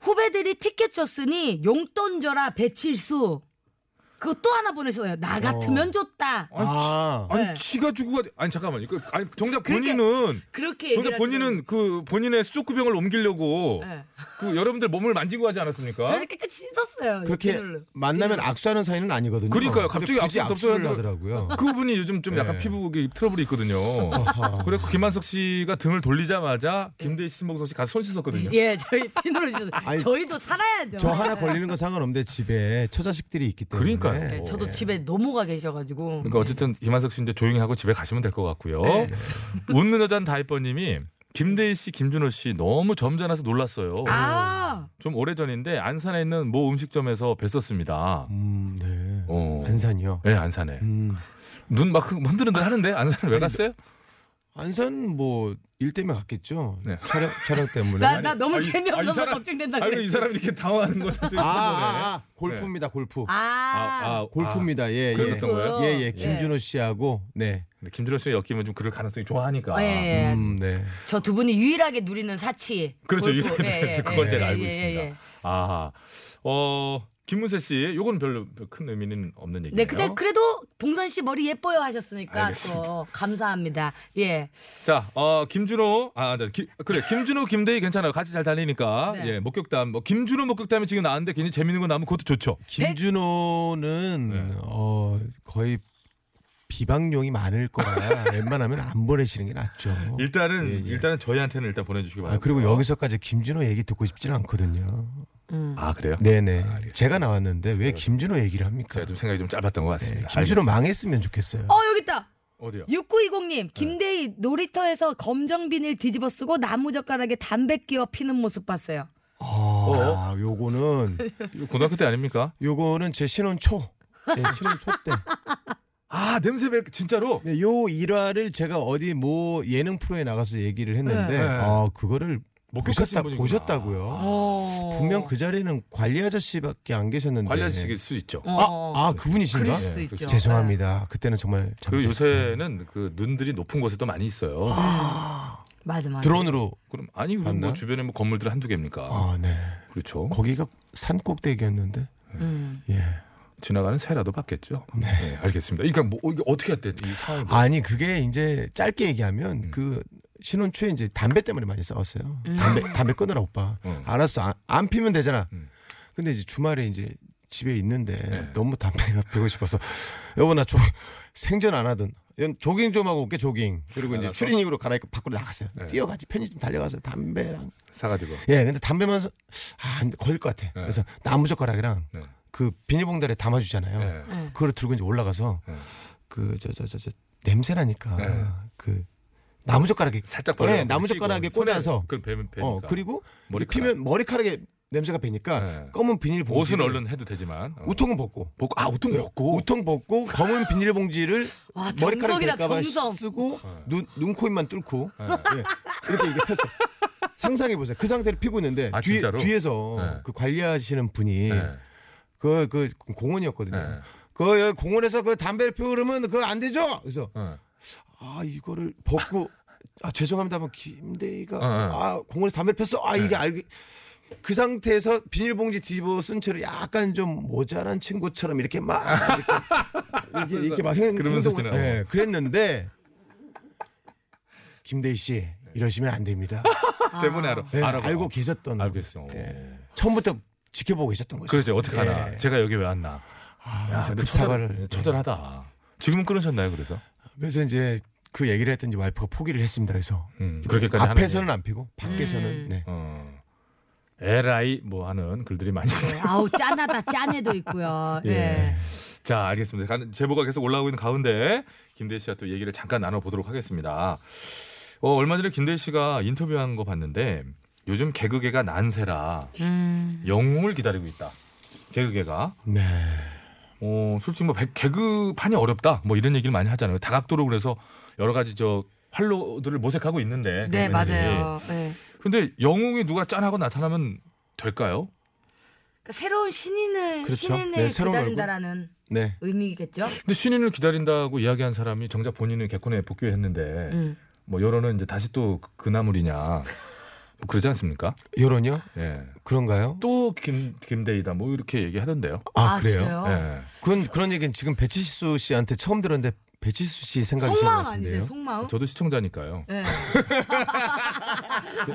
후배들이 티켓 줬으니 용돈 줘라 배칠수. 그거 또 하나 보내셨어요. 나 같으면 줬다.
아니,
아.
아니
네.
지가 주고가 아니 잠깐만 이거 아니 정작
그러니까
본인은
그렇게 얘기를
정작 본인은 그 본인의 수족구병을 옮기려고 그 여러분들 몸을 만지고 하지 않았습니까?
네. 저는 깨끗이 씻었어요.
그렇게 만나면 악수하는 사이는 아니거든요.
그러니까요.
근데
갑자기
굳이
악수도 없어야
악수를
돼.
[laughs] 하더라고요.
그분이 요즘 좀 약간 피부 이 트러블이 있거든요. 그래서 김한석 씨가 등을 돌리자마자 김대희 씨, 신봉선 씨 가서 손 씻었거든요.
예, 저희 피노를
[laughs]
씻었어요.
아니,
저희도 살아야죠.
저 하나 걸리는 건 상관없는데 집에 처자식들이 있기 때문에.
그러니까요.
네, 저도 집에 노모가 계셔가지고.
예. 그러니까 어쨌든 김한석 씨 이제 조용히 하고 집에 가시면 될 것 같고요.
네.
웃는 여잔 다이버님이 김대희 씨, 김준호 씨 너무 점잖아서 놀랐어요.
아,
좀 오래 전인데 안산에 있는 모 음식점에서 뵀었습니다.
음, 네. 어. 안산이요. 음.
네, 안산에. 눈 막 흔들흔들 하는데 안산을 왜 갔어요?
안산 뭐일 때문에 갔겠죠. 촬영 촬영 때문에.
나, 나 너무 재미없어서 걱정된다.
아니,
그래.
이 사람이 이렇게 당황하는 것
아,
같은데.
아, 아, 골프입니다. 골프.
아,
골프입니다. 예, 예.
그랬었던 거예요?
예, 예. 김준호 씨하고 네.
아. 김준호 씨가 엮이면 좀 그럴 가능성이 좋아하니까.
예, 예.
음, 네.
저 두 분이 유일하게 누리는 사치.
그렇죠.
골프.
유일하게 누리는 사치. 그건 제가 알고 있습니다.
예.
아하. 어, 김문세 씨, 요건 별로 큰 의미는 없는 얘기예요.
네, 근데 그래도 봉선 씨 머리 예뻐요 하셨으니까
알겠습니다.
또 감사합니다. 예.
자, 어, 김준호, 아, 네, 기- 그래, 김준호, 김대희 괜찮아요. 같이 잘 달리니까.
네.
예, 목격담. 뭐, 김준호 목격담이 지금 나왔는데 괜히 재밌는 거 나오면 그것도 좋죠.
김준호는
네.
어 거의 비방용이
[laughs]
많을 거라 웬만하면 안 보내시는 게 낫죠.
일단은, 일단은 저희한테는 일단 보내주시기
아,
바랍니다.
그리고 여기서까지 김준호 얘기 듣고 싶지는 않거든요.
음.
아, 그래요?
네네. 제가 나왔는데 왜 김준호 얘기를 합니까? 네,
제가 좀 생각이 좀 짧았던 것 같습니다.
김준호
알겠습니다.
망했으면 좋겠어요.
어, 여기 있다.
네, 어디요?
6920님, 김대희 놀이터에서 검정 비닐 뒤집어 쓰고 나무 젓가락에 담배 끼워 피는 모습 봤어요.
아, 요거는
고등학교 때 아닙니까?
요거는 제 신혼 초. 네, 신혼 초 때.
아, 냄새 배 진짜로?
네, 요 일화를 제가 어디 뭐 예능 프로에 나가서 얘기를 했는데
네.
아, 그거를
목격하신
보셨다,
분이구나. 아.
보셨다고요. 분명 그 자리에는 관리 아저씨밖에 안 계셨는데.
관리 아저씨일 수 있죠.
어,
아, 아 그분이신가?
그럴 수도 있죠.
죄송합니다. 그때는 정말 잠-
그리고 요새는 그 눈들이 높은 곳에도 많이 있어요.
아.
네.
맞아, 맞아.
드론으로
그럼 아니 우리 뭐 주변에 뭐 건물들 한두 개입니까?
아, 네.
그렇죠.
거기가 산 꼭대기였는데.
음,
예.
지나가는 새라도 봤겠죠. 네, 알겠습니다. 그러니까 뭐 이게 어떻게 했대 이 상황?
[laughs] 아니 그게 이제 짧게 얘기하면
음.
그 신혼 초에 이제 담배 때문에 많이 싸웠어요. 담배 담배 끊으라 오빠. 알았어 안, 안 피면 되잖아.
음.
근데 이제 주말에 이제 집에 있는데
네.
너무 담배가 [laughs] 피고 싶어서 여보 나 조, 생전 안 하던 연- 조깅 좀 하고 올게 조깅 그리고 이제
알았어.
추리닝으로 갈아입고 밖으로 나갔어요
네.
뛰어가지 편의점 달려가서 담배랑
사가지고.
예 근데 담배만 사- 아 근데 걸릴 것
네.
같아 그래서 나무젓가락이랑 그 비닐봉다리에 담아주잖아요
네.
그걸 들고 이제 올라가서
네.
그 저 저 저 저 냄새 나니까 그 나무젓가락에
살짝
예,
벌려가지고
나무젓가락에
끼고 손에
꽂아서
그걸 베면 베니까.
어 그리고
머리카락. 네.
피면 머리카락에 냄새가 배니까 검은 비닐봉지
옷은 얼른 해도 되지만 어.
우통은 벗고. 네.
벗고 아 우통 벗고
우통 벗고 검은 비닐봉지를
[laughs] 와,
머리카락
정성이다,
될까봐
정성.
쓰고 눈, 눈, 코, 입만 뚫고 예. 이렇게 이게 폈어. 상상해 보세요. 그 상태를 피고 있는데
아,
뒤,
진짜로?
에서
네.
그 관리하시는 분이 그, 그 공원이었거든요. 그 여기 공원에서 그 담배를 피우고 그러면 그거 안 되죠? 그래서 아 이거를 벗고 아 죄송합니다만 김대희가
네, 네.
아 공원에서 담배 폈어. 아 이게 알게 그 상태에서 비닐봉지 뒤집어 쓴 채로 약간 좀 모자란 친구처럼 이렇게 막 이렇게, 이렇게, 이렇게 막 행,
그러면서
행동을-
지나가.
예, 그랬는데 김대희 씨 이러시면 안 됩니다.
대본에 알아.
예,
네. 알아봐.
알고 네. 계셨던
알겠어.
처음부터 지켜보고 계셨던 거죠.
그렇지 어떻게 하나?
예. 아,
제가 여기 왜 왔나? 야,
그래서
근데
급사발을-
처절- 예, 처절하다. 지금은 끊으셨나요? 그래서
그래서 이제 그 얘기를 했던지 와이프가 포기를 했습니다. 그래서
음, 그렇게까지 어. 하는
앞에서는
거예요.
안 피고 밖에서는 네.
LI 뭐 하는 글들이 많이. [laughs]
네. 아우, 짠하다, 짠해도 있고요. 예.
예. 자, 알겠습니다. 간- 제보가 계속 올라오고 있는 가운데 김대희 씨와 또 얘기를 잠깐 나눠보도록 하겠습니다. 어, 얼마 전에 김대희 씨가 인터뷰한 거 봤는데 요즘 개그계가 난세라
예. 음,
영웅을 기다리고 있다. 개그계가.
네.
어, 솔직히 뭐 백- 개그판이 어렵다. 뭐 이런 얘기를 많이 하잖아요. 다각도로 그래서 여러 가지 저 활로들을 모색하고 있는데.
네,
개그맨들이.
맞아요. 예.
근데 영웅이 누가 짠하고 나타나면 될까요?
그러니까 새로운 신인을
그렇죠.
신인을
네, 새로운
기다린다라는
네.
의미겠죠.
근데 신인을 기다린다고 이야기한 사람이 정작 본인은 개콘에 복귀했는데
음.
그 뭐 여론은 이제 다시 또 그 나물이냐 그러지 않습니까?
요런요?
예.
그런가요?
또 김, 김대희다 뭐 이렇게 얘기하던데요.
아,
어?
그래요?
예.
그건 그런 얘기는 지금 배치수 씨한테 처음 들었는데 배치수 씨 생각이신 것
속마음
같은데요.
아니세요? 속마음?
저도 시청자니까요. [laughs]
네.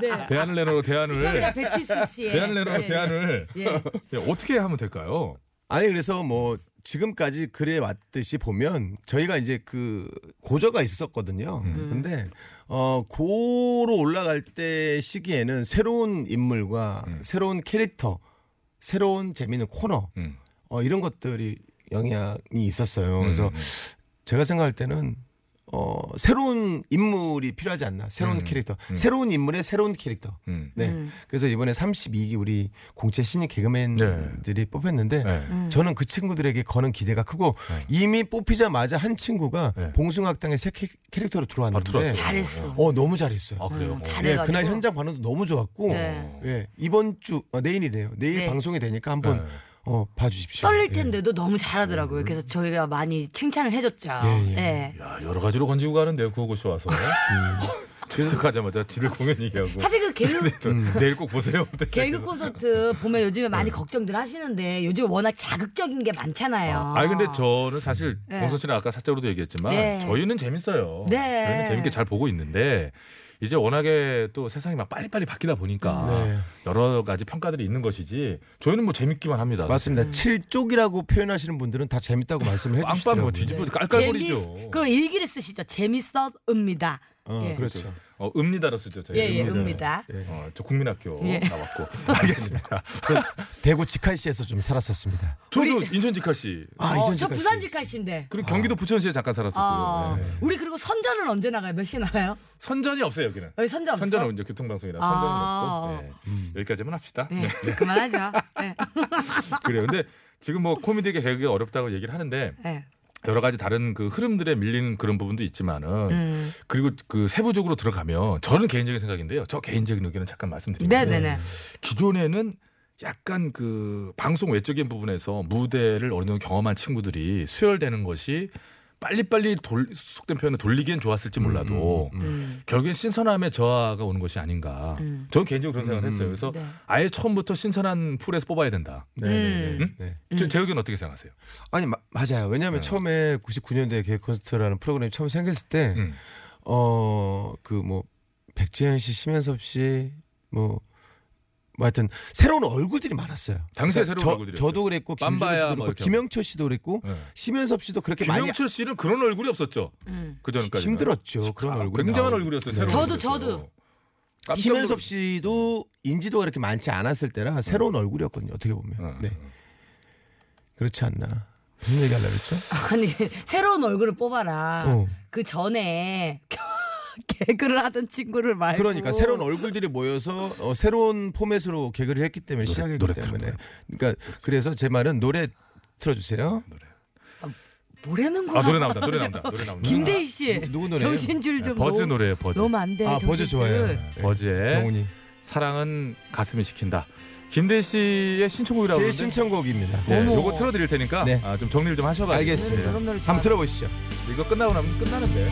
네.
대안을 내놓으러 대안을.
시청자 배칠수 씨의.
대안을 내놓으러
예,
대안을.
예. 예.
예, 어떻게 하면 될까요?
아니 그래서 뭐 지금까지 그래 왔듯이 보면 저희가 이제 그 고저가 있었거든요.
음.
음.
근데 어 고로 올라갈 때 시기에는 새로운 인물과
음.
새로운 캐릭터, 새로운 재미있는 코너
음.
어 이런 것들이 영향이 있었어요. 그래서 제가 생각할 때는 어 새로운 인물이 필요하지 않나. 새로운
음.
캐릭터.
음.
새로운 인물의 새로운 캐릭터.
음.
네.
음.
그래서 이번에 32기 우리 공채 신입
네.
개그맨들이 뽑혔는데
음.
저는 그 친구들에게 거는 기대가 크고
네.
이미 뽑히자마자 한 친구가 봉숭아학당의 새 캐- 캐릭터로 들어왔는데
아, 들어왔어요. 잘했어.
어 너무 잘했어요.
아, 그래요? 음,
네,
잘해가지고.
그날 현장 반응도 너무 좋았고
어,
네.
예, 이번 주 어, 내일이네요. 내일
네.
방송이 되니까
예.
한번 어, 봐주십시오.
네.
떨릴 텐데도 너무 잘하더라고요. 그래서 저희가 많이 칭찬을 해줬죠.
음. 예, 예.
네.
야, 여러 가지로 건지고 가는데요. 구호고쇼
음.
와서. [laughs] 출석하자마자
아,
뒤를 공연 얘기하고.
사실 그 개그-
음. 내일 꼭 보세요. [laughs]
개그 콘서트 보면 요즘에
네.
많이 걱정들 하시는데 요즘 워낙 자극적인 게 많잖아요.
아니 근데 저는 사실
네.
봉선 씨는 아까 사적으로도 얘기했지만
네.
저희는 재밌어요.
네.
저희는 재밌게 잘 보고 있는데 이제 워낙에 또 세상이 막 빨리빨리 바뀌다 보니까
네.
여러 가지 평가들이 있는 것이지 저희는 뭐 재밌기만 합니다.
맞습니다.
음.
칠쪽이라고 표현하시는 분들은 다 재밌다고 말씀을
빵빵
해주시더라고요.
뭐 뒤집어 깔깔거리죠.
재밌- 그럼 일기를 쓰시죠. 재밌었읍니다. 예.
그렇죠.
어, 네, 읍니다로 쓰죠. 저희.
예, 예, 읍니다.
어, 저 국민학교
예.
[laughs] 나왔고. 알겠습니다.
대구 직할시에서 좀 살았었습니다.
저도 인천 직할 씨.
아,
어, 저 부산 직할신데.
그리고 경기도 부천시에 잠깐 살았었고요.
아,
네.
우리 그리고 선전은 언제 나가요? 몇 시에 나가요?
선전이 없어요 여기는.
여기 선전 없어?
선전은 이제 교통방송이라 선전은
아.
없고 네.
음.
여기까지만 합시다.
네,
네.
그만하죠. 네.
그래요. 근데 지금 뭐 코미디계 개그가 어렵다고 얘기를 하는데
네.
여러 가지 다른 그 흐름들에 밀린 그런 부분도 있지만은
음.
그리고 그 세부적으로 들어가면 저는 개인적인 생각인데요. 저 개인적인 의견은 잠깐 말씀드리면
네네네.
기존에는 약간 그 방송 외적인 부분에서 무대를 어느 정도 경험한 친구들이 수혈되는 것이 빨리빨리 돌, 속된 표현에 돌리기엔
음,
좋았을지 몰라도
음.
결국엔 신선함의 저하가 오는 것이 아닌가. 저는 개인적으로 그런
음,
생각을
네.
했어요. 그래서 아예 처음부터 신선한 풀에서 뽑아야 된다.
네, 네, 네,
음? 제, 제 의견 어떻게 생각하세요?
아니 마- 맞아요. 왜냐하면
네.
처음에 99년도에 개그 콘서트라는 프로그램이 처음 생겼을 때, 어, 그 뭐 백지현 씨, 심현섭 씨, 뭐, 뭐 하여튼 새로운 얼굴들이 많았어요.
당시에 새로운
그러니까 저,
얼굴들이었죠.
저도 그랬고 김준호
빰바야
씨도
뭐
그랬고
이렇게 네.
김영철 씨도 그랬고 심현섭 씨도 그렇게 많이
김영철 씨는 그런 얼굴이 없었죠. 그 전까지
힘들었죠. 그런 네. 얼굴
굉장한 얼굴이었어요. 새로운
저도
얼굴이었어요.
저도
깜짝
심현섭 씨도 인지도가 그렇게 많지 않았을
네.
때라 새로운 얼굴이었거든요. 어떻게 보면. 네. 그렇지 않나. 무슨 얘기 하려고 했죠?
아니 [laughs] 새로운 얼굴을 뽑아라.
어.
그 전에 [laughs] 개그를 하던 친구를 말고.
그러니까 새로운 얼굴들이 모여서 어, 새로운 포맷으로 개그를 했기 때문에 시작했기 때문에 그러니까 그래서 제 말은 노래 틀어주세요.
노래는구나.
아, 노래 나온다, 노래 나온다, 노래 나온다.
김대희 씨.
누- 누구 노래예요?
정신줄 좀.
네. 버즈
놓-
노래예요, 버즈.
놓으면 안 돼.
아,
정신줄. 네.
버즈 좋아요.
네.
버즈의 사랑은 가슴이 시킨다. 김대 씨의 신청곡이라고
제
하는데
신청곡입니다.
네,
어머. 네.
요거 틀어드릴 테니까 아, 좀 정리를 좀 하셔가지고
알겠습니다.
네.
한번 들어보시죠.
뭐 이거 끝나고 나면 끝나는데.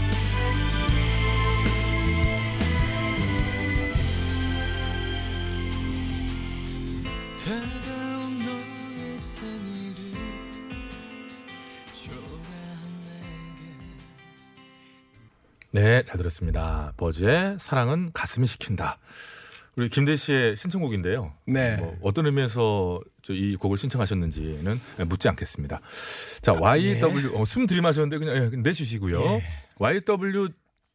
다가온 너의 생일을 초라한 내게
네, 잘 들었습니다. 버즈의 사랑은 가슴이 시킨다. 우리 김대 씨의 신청곡인데요.
네.
뭐 어떤 의미에서 저이 곡을 신청하셨는지는 묻지 않겠습니다. 자, YW 어, 숨 들이마셨는데 그냥 예, 내주시고요. YW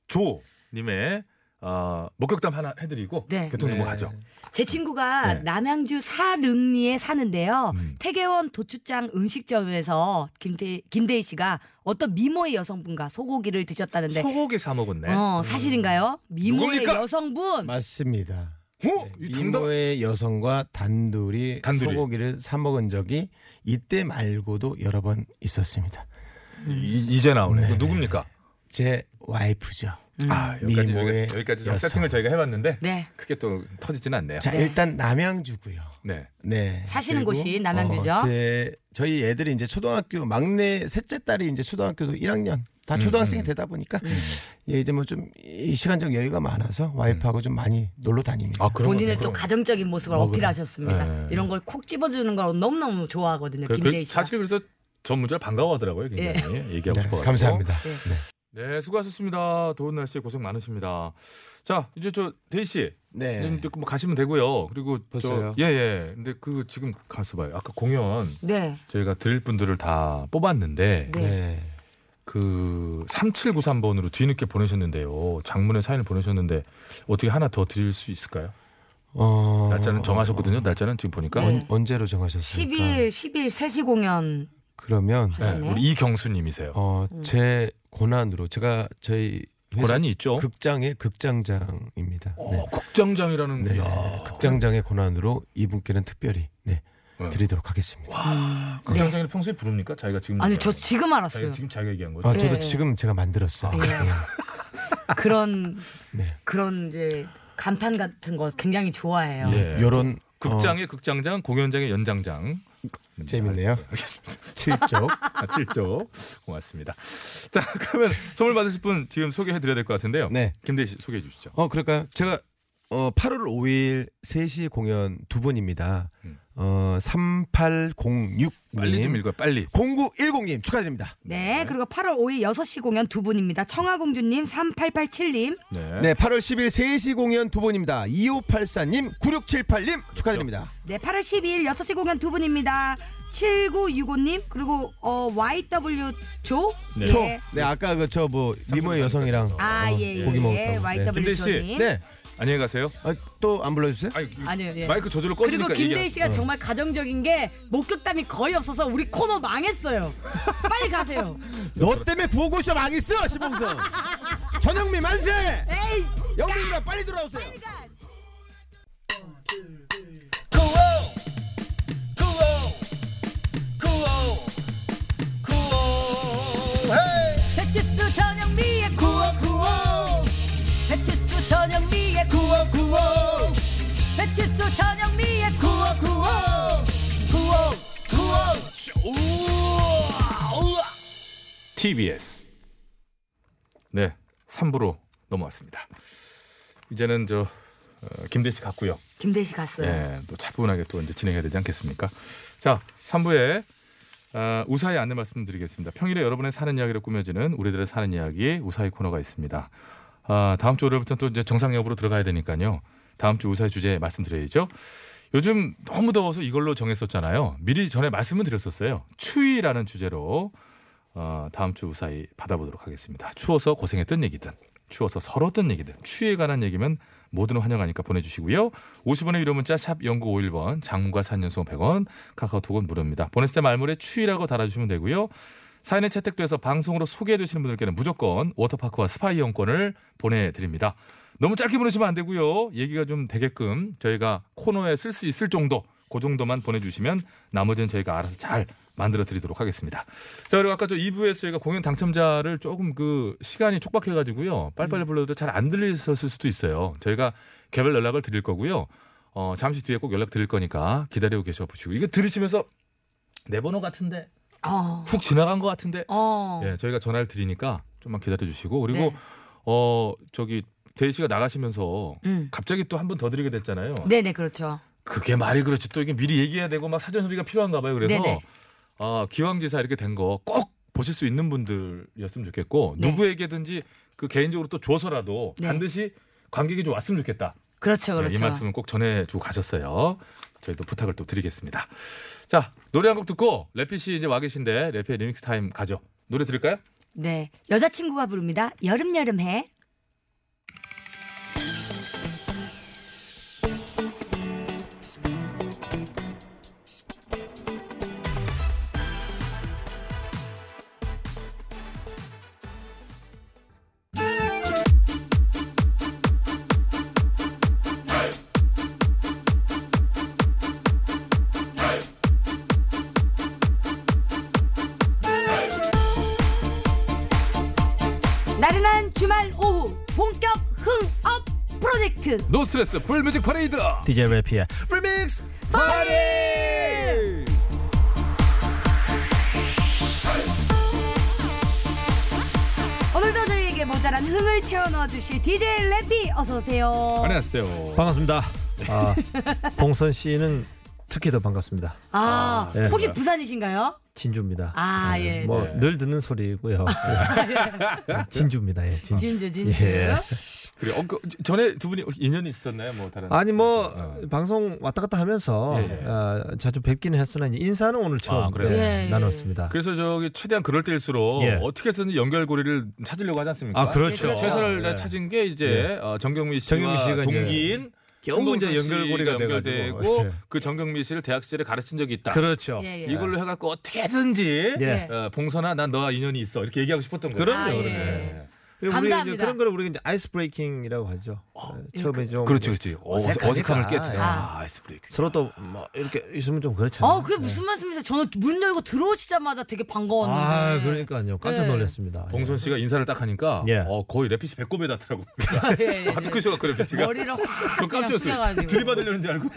조 님의 어, 목격담 하나 해드리고
네.
교통정보
네.
가죠.
제 친구가
네.
남양주 사릉리에 사는데요.
음.
태계원 도추장 음식점에서 김태, 김대희 씨가 어떤 미모의 여성분과 소고기를 드셨다는데.
소고기 사 먹었네. 음.
어, 사실인가요? 미모의
누굽니까?
여성분.
맞습니다. 네.
어?
이모의 여성과 단둘이,
단둘이.
소고기를 사 먹은 적이 이때 말고도 여러 번 있었습니다.
이, 제 나오네. 그 누굽니까?
제 와이프죠.
아, 여기까지,
미모의
여기, 여기까지 좀
여성.
세팅을 저희가 해봤는데
네.
크게 또 터지지는 않네요.
자 일단 남양주고요.
네.
네.
사시는
그리고, 어,
곳이 남양주죠?
제 저희 애들이 이제 초등학교 막내 셋째 딸이 이제 초등학교도 1학년 다
음,
초등학생이 되다 보니까
음.
예, 이제 뭐 좀 시간적 여유가 많아서 와이프하고
음.
좀 많이 놀러 다닙니다.
아,
본인의 또 가정적인 모습을
어, 그래.
어필하셨습니다.
네.
이런 걸 콕 집어주는 걸 너무너무 좋아하거든요.
그- 그
김대희 씨가.
사실 그래서 전 문제를 반가워하더라고요. 굉장히 얘기하고
네,
싶어가지고.
감사합니다.
네, 수고하셨습니다. 더운 날씨에 고생 많으십니다. 자, 이제 저 대희 씨,
네.
이제 뭐 가시면 되고요. 그리고
벌써요?
저, 예, 예. 근데 그 지금 가서 봐요. 아까 공연
네.
저희가 드릴 분들을 다 뽑았는데
네.
그 3793번으로 뒤늦게 보내셨는데요. 장문의 사연을 보내셨는데 어떻게 하나 더 드릴 수 있을까요?
어...
날짜는 정하셨거든요. 날짜는 지금 보니까
네.
언, 제로 정하셨어요?
12일, 10일 3시 공연.
그러면
네, 우리 이경수님이세요.
어,
음.
제 고난으로 제가 저희 회사
고난이 있죠.
극장의 극장장입니다.
어,
어.
네.
극장장이라는
네. 극장장의 고난으로 이분께는 특별히 네, 드리도록 하겠습니다.
와, 극장장이 평소에 부릅니까? 자기가 지금
아니, 저 지금 알았어요.
자기가 지금 자기가 얘기한 거죠.
아, 저도
네.
지금 제가
아,
만들었어요. 네.
[laughs]
그런
네.
그런 이제 간판 같은 거 굉장히 좋아해요.
예.
요런,
극장의 극장장, 공연장의 연장장.
어,
재밌네요. 알겠습니다. [laughs]
7조.
아, 7조. 고맙습니다. 자, 그러면 선물 받으실 분 지금 소개해 드려야 될 것 같은데요.
네.
김대희 씨 소개해 주시죠.
어, 그럴까요? 제가 어, 8월 5일 3시 공연 두 번입니다. 어, 3806
음. 빨리 좀 읽어요. 빨리.
0910님 축하드립니다.
네, 그리고 8월 5일 6시 공연 두 분입니다. 청아공주님, 3887님.
네. 8월 10일 3시 공연 두 번입니다. 2584님, 9678님 축하드립니다.
네, 8월 12일 6시 공연 두 분입니다. 7965님, 그리고 어, YW 조.
네.
예.
초. 네, 아까 그 저 뭐 미모의 여성이랑
아,
어,
예, 예,
고기
예.
네. 먹었다고.
YW
김대희
조님.
씨. 안녕히 가세요.
아, 또 안 불러주세요?
아니요. 예.
마이크 저절로 꺼지니까
그리고 김대희
얘기하-
씨가
어.
정말 가정적인 게 목격담이 거의 없어서 우리 코너 망했어요. [laughs] 빨리 가세요.
너 때문에 구호고쇼
[laughs]
망했어, 시봉선. 전영미 만세!
에이, Oh
영민이가 빨리 돌아오세요.
구호 구호 구호 구호 배치수 전영미의 구호 구호 배치수 전영미의 구호 구호 배치수 전영미의 구호 구호 구호 구호 우와 우와
TBS. 네, 3부로 넘어왔습니다. 이제는 저 어, 김대희 씨 갔고요.
김대희 씨 갔어요.
예, 또 차분하게 또 이제 진행해야 되지 않겠습니까? 자, 3부에 아, 우사히 안내 말씀드리겠습니다. 평일에 여러분의 사는 이야기로 꾸며지는 우리들의 사는 이야기 우사히 코너가 있습니다. 아, 다음 주 월요일부터 또 이제 정상 여부로 들어가야 되니까요. 다음 주 우사히 주제 말씀드려야죠. 요즘 너무 더워서 이걸로 정했었잖아요. 미리 전에 말씀을 드렸었어요. 추위라는 주제로 어, 다음 주 우사히 받아보도록 하겠습니다. 추워서 고생했던 얘기든 추워서 서러웠던 얘기든 추위에 관한 얘기면 뭐든 환영하니까 보내주시고요. 50원의 유료 문자 샵 0951번 장문과 3년송 100원 카카오톡은 무료입니다. 보냈을 때 말물에 추위라고 달아주시면 되고요. 사연에 채택돼서 방송으로 소개해주시는 분들께는 무조건 워터파크와 스파 이용권을 보내드립니다. 너무 짧게 보내시면 안 되고요. 얘기가 좀 되게끔 저희가 코너에 쓸 수 있을 정도 그 정도만 보내주시면 나머지는 저희가 알아서 잘 만들어 드리도록 하겠습니다. 자 그리고 아까 저 2부에서 저희가 공연 당첨자를 조금 그 시간이 촉박해가지고요.
음.
빨리빨리 불러도 잘 안 들리셨을 수도 있어요. 저희가 개별 연락을 드릴 거고요. 어, 잠시 뒤에 꼭 연락 드릴 거니까 기다리고 계셔 보시고 이거 들으시면서 내 번호 같은데
어.
훅 지나간 것 같은데
어.
예, 저희가 전화를 드리니까 좀만 기다려 주시고 그리고
네.
어 저기 대희 씨가 나가시면서
음.
갑자기 또 한 번 더 드리게 됐잖아요.
네, 네, 그렇죠.
그게 말이 그렇지 또 이게 미리 얘기해야 되고 막 사전 협의가 필요한가 봐요. 그래서
네네.
아, 기왕지사 이렇게 된 거 꼭 보실 수 있는 분들이었으면 좋겠고
네.
누구에게든지 그 개인적으로 또 줘서라도
네.
반드시 관객이 좀 왔으면 좋겠다.
그렇죠,
네,
그렇죠.
이 말씀은 꼭 전해주고 가셨어요. 저희도 부탁을 또 드리겠습니다. 자 노래 한 곡 듣고 래피 씨 이제 와 계신데 래피의 리믹스 타임 가죠. 노래 들을까요?
네, 여자친구가 부릅니다. 여름 여름 해. 나른한 주말 오후 본격 흥업 프로젝트.
노 스트레스 풀 뮤직 파레이드
DJ 래피의
프리믹스 파리. 시간 흥을 채워 넣어 주실 DJ 래피 어서 오세요.
안녕하세요.
반갑습니다. 아,
네.
[laughs] 봉선 씨는 특히 더 반갑습니다.
아,
네.
예.
혹시 부산이신가요?
진주입니다.
아, 예.
뭐
네.
늘
[laughs]
듣는 소리고요. 예. 진주입니다. 예, 진주.
진주, 진주.
예.
그래, 어, 그, 전에 두 분이 인연이 있었나요? 뭐 다른
아니 뭐 방송 왔다 갔다 하면서 어, 자주 뵙기는 했으나 이제 인사는 오늘 처음
예, 아, 그래요?
예,
예, 예.
나눴습니다.
그래서 저기 최대한 그럴 때일수록
예.
어떻게 해서든지 연결고리를 찾으려고 하지 않습니까? 네,
아, 그렇죠. 예, 그렇죠.
최선을 다
예.
찾은 게 이제
예.
어, 정경미 씨와
정경미 씨가 이제
동기인
겨우
신봉선
이제
씨가
연결고리가
연결되고
돼가지고. 예.
그 정경미 씨를 대학 시절에 가르친 적이 있다.
그렇죠.
예, 예.
이걸로 해갖고 어떻게든지
예.
어, 봉선아 난 너와 인연이 있어 이렇게 얘기하고 싶었던 거예요.
그럼요, 아, 예.
그럼요.
우리 이제
감사합니다.
그런 거를 우리가 이제 아이스 브레이킹이라고 하죠. 예, 처음에 좀
그렇죠, 그렇죠. 어,
어색하니까.
어색함을 깨트려.
예.
아, 아이스 브레이킹.
서로 또 뭐 이렇게 있으면 좀 그렇잖아요.
어, 그게 무슨 말씀이세요? 저는 문 열고 들어오시자마자 되게 반가웠는데.
아, 그러니까요. 깜짝
네.
놀랐습니다. 예.
봉선 씨가 인사를 딱 하니까 어, 거의 래피씨 배꼽에 닿더라고.
아,
하드크쇼가 그 래피씨가.
예, 머리를 확
저
그냥
깜짝 놀랐어요.
숙여가지고.
들이받으려는 줄 알고.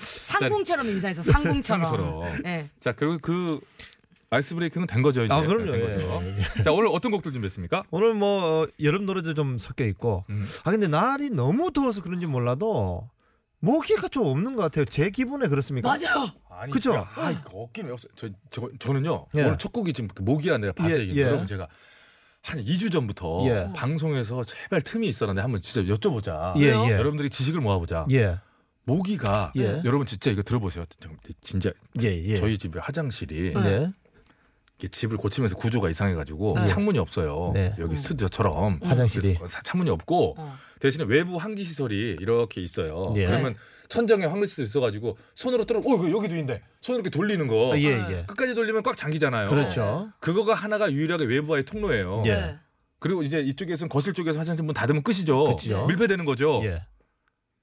상공처럼 인사해서 상공처럼.
상공처럼.
예.
자 그리고 그 아이스 브레이킹은 된 거죠 이제.
아, 그럼요.
네, 된
예,
거죠. 자 오늘 어떤 곡들 준비했습니까?
오늘 뭐 어, 여름 노래도 좀 섞여 있고 아 근데 날이 너무 더워서 그런지 몰라도 모기가 좀 없는 것 같아요 제 기분에 그렇습니까
아니,
그죠
아 이거 어깨는 왜 없어. 저, 저 저는요
예.
오늘 첫 곡이 지금 그 모기야 내가 봐서
예,
얘기한 거예요.
예.
제가 한 2주 전부터
예.
방송에서 제발 틈이 있었는데 한번 진짜 여쭤보자.
예, 예.
여러분들이 지식을 모아보자.
예.
모기가
예.
여러분 진짜 이거 들어보세요. 진짜 저희 집에 화장실이
네.
이게 집을 고치면서 구조가 이상해가지고
예.
창문이 없어요.
네.
여기 스튜디오처럼
화장실이. 어.
그래서 창문이 없고 대신에 외부 환기 시설이 이렇게 있어요.
예.
그러면 천장에 환기 시설 있어가지고 손으로 뚫어, 어 이거 여기도 있네. 손으로 이렇게 돌리는 거.
아, 예, 예.
끝까지 돌리면 꽉 잠기잖아요.
그렇죠.
그거가 하나가 유일하게 외부와의 통로예요.
예.
그리고 이제 이쪽에서는 거실 쪽에서 화장실 문 닫으면 끝이죠.
끝이죠.
밀폐되는 거죠.
예.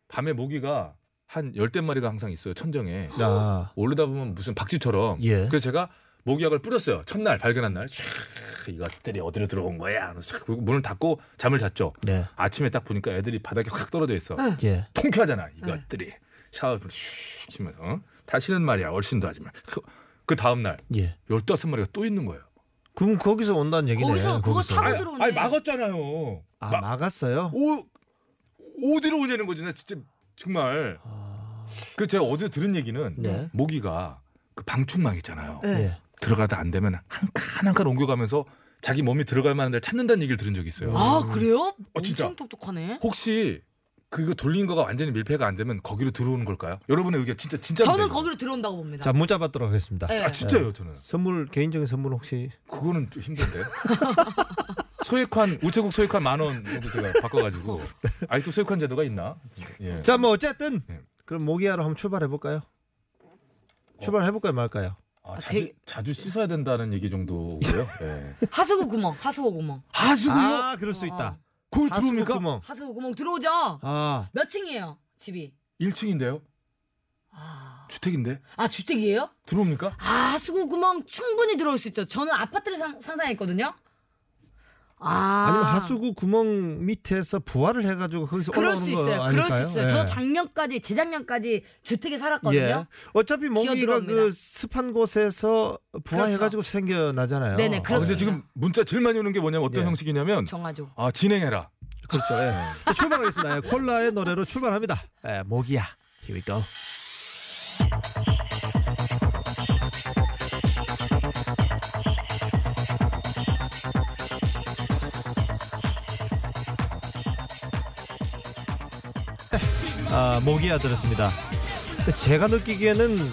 밤에 모기가 한 열댓 마리가 항상 있어요 천정에
아.
오르다 보면 무슨 박쥐처럼
예.
그래서 제가 모기약을 뿌렸어요 첫날 발견한 날 촤악, 이것들이 어디로 들어온 거야 하면서 촤악, 그 문을 닫고 잠을 잤죠
네.
아침에 딱 보니까 애들이 바닥에 확 떨어져 있어
예.
통쾌하잖아 이것들이 샤워를 슉 하면서 어? 다시는 말이야 얼씬도 하지만 그 다음날
예.
열다섯 마리가 또 있는 거예요
그럼 거기서 온다는 얘기네요 거기서.
아니, 아니 막았잖아요
아, 막았어요
오 어디로 오냐는 거지. 나 진짜 정말. 그 제가 어제 들은 얘기는
네.
모기가 그 방충망 있잖아요.
네.
들어가다 안 되면 한 칸 한 칸 옮겨가면서 자기 몸이 들어갈 만한 데를 찾는다는 얘기를 들은 적이 있어요.
아, 그래요?
어, 진짜.
엄청 똑똑하네.
혹시 그거 돌린 거가 완전히 밀폐가 안 되면 거기로 들어오는 걸까요? 여러분의 의견 진짜 진짜
저는 거기로 들어온다고 봅니다.
자 문자 받도록 하겠습니다
예. 아,
진짜요, 저는.
선물 개인적인 선물 혹시
그거는 좀 힘든데. [laughs] 소액환 우체국 소액환 만 원 정도 제가 바꿔가지고 아직도 소액환 제도가 있나? 예.
자 뭐 어쨌든 그럼 모기야로 한번 출발해 볼까요 출발해 볼까요 말까요
아, 자주, 자주 씻어야 된다는 얘기 [laughs] 정도고요. 네.
하수구 구멍, 하수구 구멍.
하수구요?
아 그럴 수
어.
있다
그걸
들어옵니까 구멍.
하수구 구멍 들어오죠?
아
몇 층이에요, 집이?
1층인데요? 주택인데?
아, 주택이에요?
들어옵니까?
아, 하수구 구멍 충분히 들어올 수 있죠. 저는 아파트를 상, 상상했거든요. 아.
아니면 하수구 구멍 밑에서 부화를 해가지고 거기서
그럴
올라오는
수
거
있어요.
아닐까요?
그럴 수 있어요. 저
예.
작년까지 재작년까지 주택에 살았거든요.
예. 어차피 모기가
기어들어옵니다. 그렇죠.
그 습한 곳에서 부화해가지고 생겨나잖아요. 어,
네네, 그렇죠.
아, 근데 지금 문자 제일 많이 오는 게 뭐냐면 어떤
예.
형식이냐면
정화조.
아 진행해라.
그렇죠. 예. 자, 출발하겠습니다. 예, 콜라의 노래로 출발합니다. 예, 모기야. Here we go. 아, 모기야 들었습니다. 제가 느끼기에는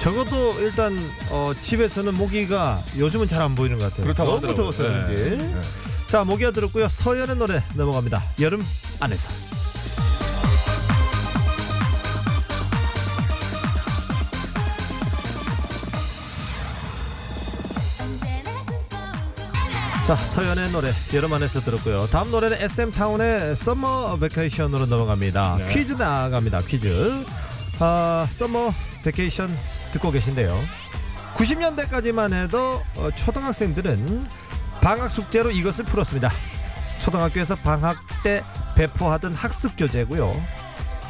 적어도 일단 어, 집에서는 모기가 요즘은 잘 안 보이는 것 같아요.
그렇다고
너무
하더라고요.
더워서 그런지.
네, 네.
자, 모기야 들었고요. 서연의 노래 넘어갑니다. 여름 안에서. 자, 서연의 노래 여름 안에서 들었고요. 다음 노래는 SM 타운의 서머 베케이션으로 넘어갑니다.
네.
퀴즈 나갑니다. 퀴즈. 아, 서머 베케이션 듣고 계신데요. 90년대까지만 해도 어, 초등학생들은 방학 숙제로 이것을 풀었습니다. 초등학교에서 방학 때 배포하던 학습 교재고요.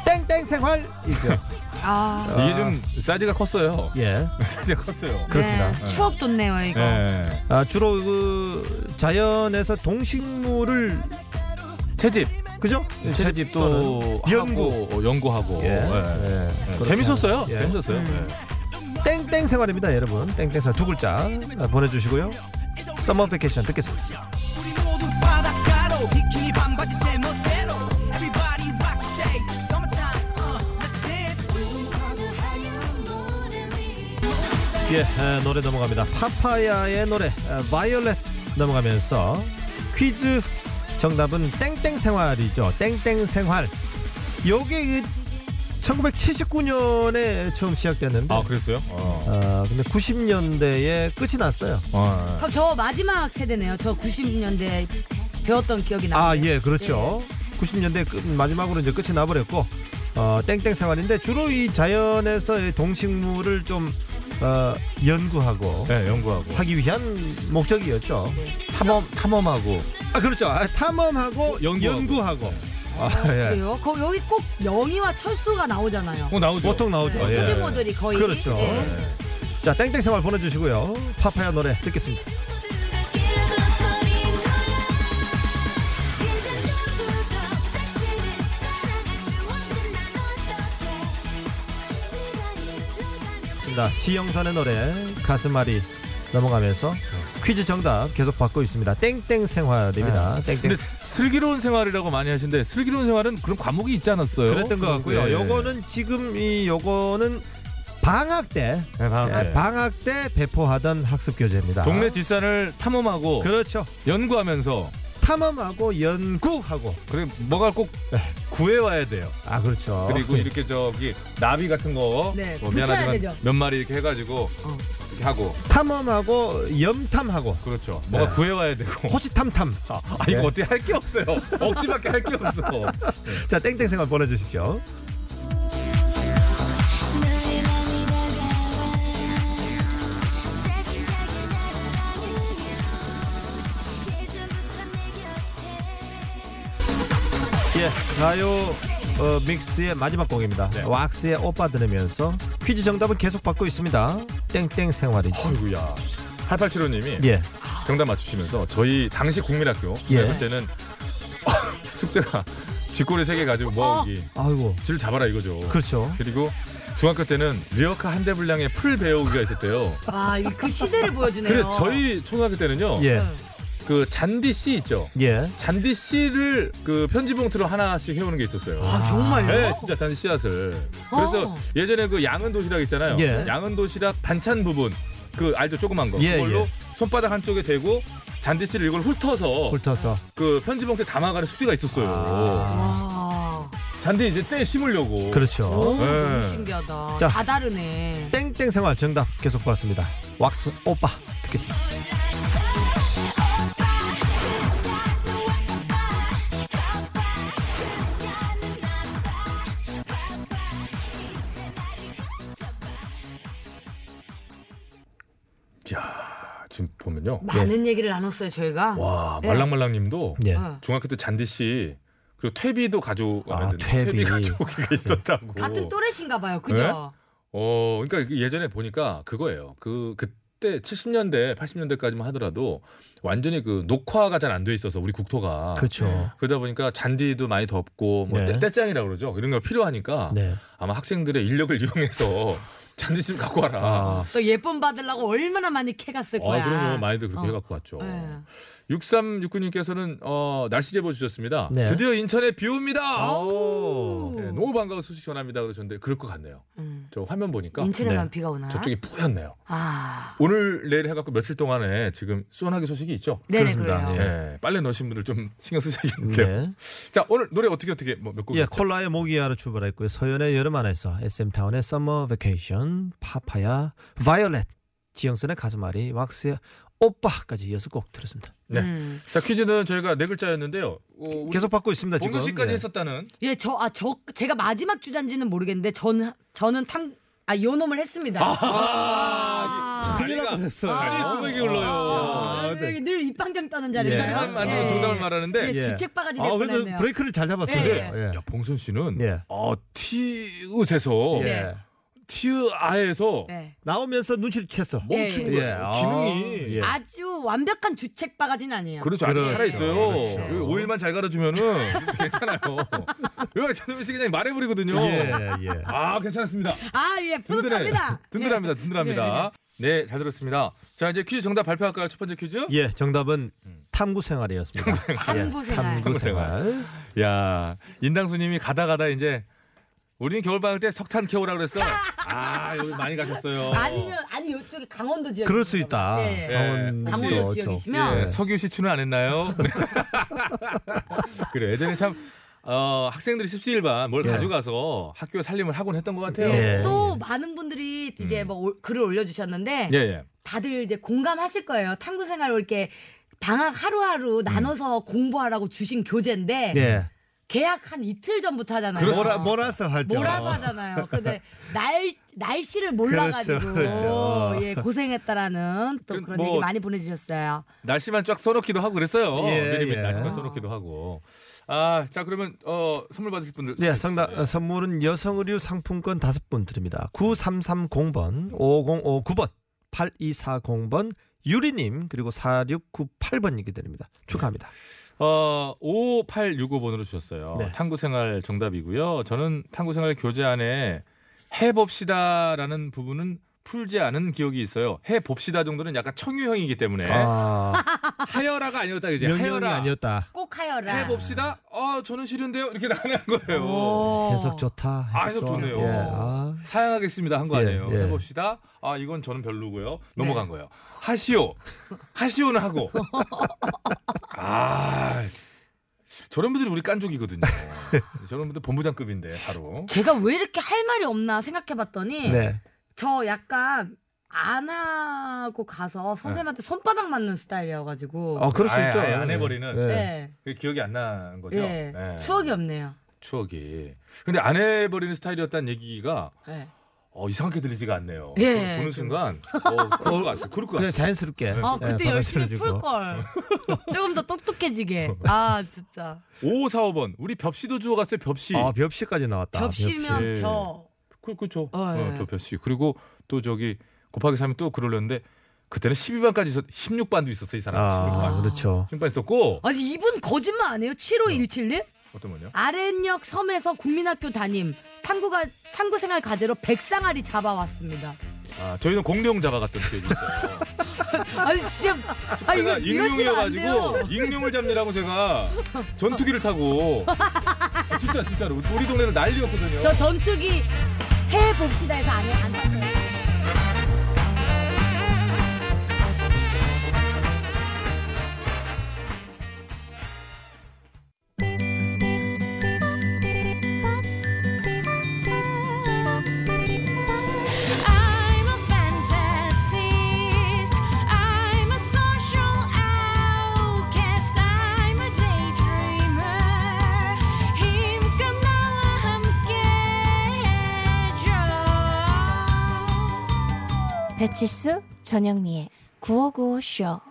땡땡 생활이죠.
아.
이게 좀 사이즈가 컸어요. [laughs]
예.
사이즈가 컸어요.
그렇습니다.
네, 추억 돋네요 이거.
아, 주로 그 자연에서 동식물을
채집.
그죠?
네, 채집도
또는 연구.
하고, 어, 연구하고
예.
예.
그렇게
재밌었어요.
하는- 예.
재밌었어요.
음. 땡땡 생활입니다, 여러분. 땡땡 생활 두 글자 보내주시고요. 썸머 베케이션 듣겠습니다.
바닷가로 비키니 반바지 제멋대로 Everybody rock shake summertime uh, let's dance
예, 에, 노래 넘어갑니다. 파파야의 노래 에, 바이올렛 넘어가면서 퀴즈 정답은 땡땡 생활이죠. 땡땡 생활. 요게 1979년에 처음 시작됐는데
아 그랬어요? 어.
아, 근데 90년대에 끝이 났어요.
그럼 저 마지막 세대네요. 저 90년대 배웠던 기억이 나요.
아, 예, 그렇죠. 90년대 끝, 마지막으로 이제 끝이 나버렸고, 어, 땡땡 생활인데, 주로 이 자연에서 이 동식물을 좀, 어, 연구하고,
네, 연구하고.
하기 위한 목적이었죠.
네.
탐험, 탐험하고.
아, 그렇죠. 아, 탐험하고, 연구하고. 아, 예.
그래요? 거 여기 꼭 영희와 철수가 나오잖아요.
뭐
어, 나오죠. 보통 나오죠.
네,
예.
소규모들이 거의.
그렇죠.
네.
자, 땡땡 생활 보내주시고요. 파파야 노래 듣겠습니다. 있습니다. 지영선의 노래 가슴앓이 넘어가면서 퀴즈 정답 계속 받고 있습니다. 땡땡 생활입니다. 땡땡.
근데 슬기로운 생활이라고 많이 하시는데 슬기로운 생활은 그런 과목이 있지 않았어요?
그랬던 것 같고요.
예.
요거는 지금 이 요거는 방학 때
네, 방학 때.
네, 방학 때 배포하던 학습 교재입니다.
동네 뒷산을 탐험하고
그렇죠.
연구하면서
탐험하고 연구하고
그리고 뭐가 꼭 네. 구해와야 돼요.
아 그렇죠.
그리고
네.
이렇게 저기 나비 같은 거
네,
뭐
붙여야
미안하지만
되죠. 어.
몇 마리 이렇게 해가지고 이렇게 하고
탐험하고 염탐하고
그렇죠. 뭐가 구해와야 되고
호시탐탐.
아, 아, 이거 어떻게 할 게 없어요. 억지밖에 할 게 없어.
자 땡땡 생활 보내주십시오. 예, 가요 어, 믹스의 마지막 곡입니다. 왁스의 오빠 들으면서 퀴즈 정답은 계속 받고 있습니다. 땡땡 생활이죠.
아이고야. 8875님이
예.
정답 맞추시면서 저희 당시 국민학교
예.
네 번째는 [laughs] 숙제가 쥐꼬리 세 개 가지고
어.
모아오기.
아이고.
쥐를 잡아라 이거죠.
그렇죠.
그리고 중학교 때는 리어카 한 대 분량의 풀 배우기가 있었대요.
아, 이그 시대를 보여주네요.
그래 저희 초등학교 때는요.
네.
예.
그 잔디 씨 있죠.
예.
잔디 씨를 그 편지 봉투로 하나씩 해오는 게 있었어요.
아, 정말요?
예.
네, 진짜 잔디 씨앗을. 그래서
어.
예전에 그 양은 도시락 있잖아요.
예.
양은 도시락 반찬 부분 그 알죠 조그만 거
예,
그걸로
예.
손바닥 한쪽에 대고 잔디 씨를 이걸 훑어서
훑어서.
그 편지 봉투에 담아가는 숙제가 있었어요. 잔디 이제 때 심으려고.
아, 그렇죠.
오,
예.
너무 신기하다.
자.
다 다르네.
땡땡 생활 정답 계속 봤습니다. 왁스 오빠 듣겠습니다.
야 지금 보면요.
예.
많은 얘기를 나눴어요 저희가.
와
예.
말랑말랑님도
예.
중학교 때 잔디 씨 그리고 퇴비도 가져오고 아,
퇴비. 네.
가져오기가 있었다고.
같은 또래신가 봐요. 그죠?
예?
어, 그러니까 그 예전에 보니까 그거예요. 그 그때 70년대, 80년대까지만 하더라도 완전히 그 녹화가 잘 안 돼 있어서 우리 국토가
그렇죠.
그러다 보니까 잔디도 많이 덥고 뭐
네.
때, 때짱이라고 그러죠. 이런 거 필요하니까
네.
아마 학생들의 인력을 [laughs] 이용해서 잔디 좀 갖고 와라. 아,
또 예쁨 받으려고 얼마나 많이 캐갔을
아,
거야. 어. 네. 예.
그럼요. 많이들 그렇게 해갖고 왔죠. 6369님께서는 어, 날씨 제보 주셨습니다.
네. 아.
드디어 인천에 비 옵니다. 어? 네, 너무 반가운 소식 전합니다 그러셨는데 그럴 것 같네요. 저 화면 보니까
음.
네.
인천에만 비가 오나?
그러니까 저쪽이 뿌였네요.
아.
오늘 내일 해갖고 며칠 동안에 지금 소나기 소식이 있죠.
네네, 그렇습니다. 그래요.
예, 빨래 넣으신 분들 좀 신경 쓰셔야겠는데요.
네.
자 오늘 노래 어떻게 어떻게 뭐몇곡
예, 콜라의 모기야로 출발했고요. 서연의 여름 안에서 SM 타운의 썸머 베케이션, 파파야, 바이올렛, 지영선의 가슴앓이, 왁스의 오빠까지 이어서 꼭 들었습니다.
네.
음.
자 퀴즈는 저희가 네 글자였는데요. 어,
계속 받고 있습니다. 지금.
봉선 씨까지
네.
했었다는.
예, 저, 아, 저, 제가 아. 마지막 주자인지는 모르겠는데, 전, 저는 탕, 아, 요 놈을 했습니다.
아,
큰일 날 뻔했어요.
자리에 수박이 흘러요.
아,
아,
네.
늘 입방정 떠는
예.
자리잖아요.
사람만 예. 정답을 말하는데
예, 주책
아,
바가지 될 뻔했네요.
잘
잡았어요.
근데
예,
야 봉선 씨는 어 티읕에서
예.
티읕아에서
예.
나오면서 눈치를 챘어.
멈춘 거예요.
기능이
아주 완벽한 주책 바가지는 아니에요.
그렇죠. 아직
그렇죠.
살아있어요. 여기 오일만 잘 갈아주면은 [laughs] 괜찮아요. 여기가 전현민 씨 그냥 말해버리거든요.
예,
아, 괜찮았습니다.
아, 예, 뿌듯합니다. 예.
든든합니다. 든든합니다. 네, 잘 들었습니다. 자, 이제 퀴즈 정답 발표할까요? 첫 번째 퀴즈?
예, 정답은 탐구 생활이었습니다.
음. 탐구
예, 탐구 생활.
야, 인당수님이 가다 가다 이제 우리는 겨울방학 때 석탄 캐오라 그랬어. 아, 여기 많이 가셨어요.
아니면 아니 요쪽에 강원도 지역.
그럴 수 있다.
네.
어, 음,
강원도
강원도
쪽.
지역이시면
예, 석유 시추는 안 했나요? [laughs] 그래 예전에 참 어, 학생들이 17반 뭘
예.
가져가서 학교 살림을 하곤 했던 것 같아요.
예.
또 많은 분들이 이제
음.
뭐 올- 글을 올려주셨는데
예, 예.
다들 이제 공감하실 거예요. 탐구 생활을 이렇게 방학
음.
하루하루 나눠서 공부하라고 주신 교재인데
네.
예.
계약 한 이틀 전부터 하잖아요.
그렇죠.
몰아, 몰아서 하죠.
몰아서 하잖아요. 근데 날 날씨를 몰라가지고
그렇죠, 그렇죠.
예 고생했다라는 또 그런
뭐-
얘기 많이 보내주셨어요.
날씨만 쫙 써놓기도 하고 그랬어요.
예,
미리미리
예.
날씨만 써놓기도 하고. 아, 자 그러면 어, 선물 받으실 분들.
네, 성다, 어, 선물은 여성 의류 상품권 다섯 분 드립니다. 9330번, 5059번, 8240번, 유리님, 그리고 4698번님께 드립니다. 축하합니다.
어, 5865번으로 주셨어요.
네.
탐구생활 정답이고요. 저는 탐구생활 교재 안에 해봅시다라는 부분은 풀지 않은 기억이 있어요. 해봅시다 정도는 약간 청유형이기 때문에 하여라가 아니었다 네. [laughs] 이제
아. 명령이
하여라
아니었다.
꼭 하여라.
해봅시다. 아 저는 싫은데요. 이렇게 [laughs] 나가는 거예요.
어.
해석 좋다. 해석,
아, 해석 좋네요.
예, 아.
사양하겠습니다 한 거 아니에요.
예, 네. 예.
해봅시다. 아 이건 저는 별로고요. 넘어간 거예요. 하시오. 하시오는
[laughs]
하고. 아 저런 분들이 우리 깐족이거든요. 저런 분들 본부장급인데 바로.
제가 왜 이렇게 할 말이 없나 생각해봤더니
네.
저 약간 안 하고 가서 선생님한테
네.
손바닥 맞는 스타일이어가지고
아예, 아예 안 해버리는.
네.
그게 기억이 안 난 거죠.
예.
네.
추억이 없네요.
추억이. 근데 안 해버리는 스타일이었다는 얘기가
예.
어, 이상하게 들리지가 않네요.
예,
보는 순간 어, 그럴 것 같아요. 그럴 것 같아요.
자연스럽게.
아 그때 열심히 풀 걸. [laughs] 조금 더 똑똑해지게. 아 진짜.
5545번. 우리 벽시도 주워 갔어요. 벽시.
아, 벽시까지 나왔다.
벽시면 벼.
그, 그쵸.
예.
어, 벽시. 그리고 또 저기 곱하기 3이 또 그러려는데 그때는 12반까지 있었 16반도 있었어, 이 사람.
아, 그렇죠.
16반. 16반 있었고
아니 이분 거짓말 안 해요? 7517님?
어떤 분이요?
아랫역 섬에서 국민학교 담임 탐구가 탐구 생활 과제로 백상아리 잡아왔습니다.
아, 저희는 공룡 잡아갔던 기억이 있어요.
아니 진짜 [laughs] 아 이거
제가
이러시면 안 돼요.
익룡이어가지고 익룡을 잡느라고 제가 전투기를 타고 아, 진짜 진짜로 우리 동네는 난리였거든요.
저 전투기 해 봅시다 해서 안해 안 봤어요.
I'm a fantasist. I'm a social outcast. I'm a daydreamer. 힘껏 나와 함께 해줘.
배칠수 전영미의 9595 쇼.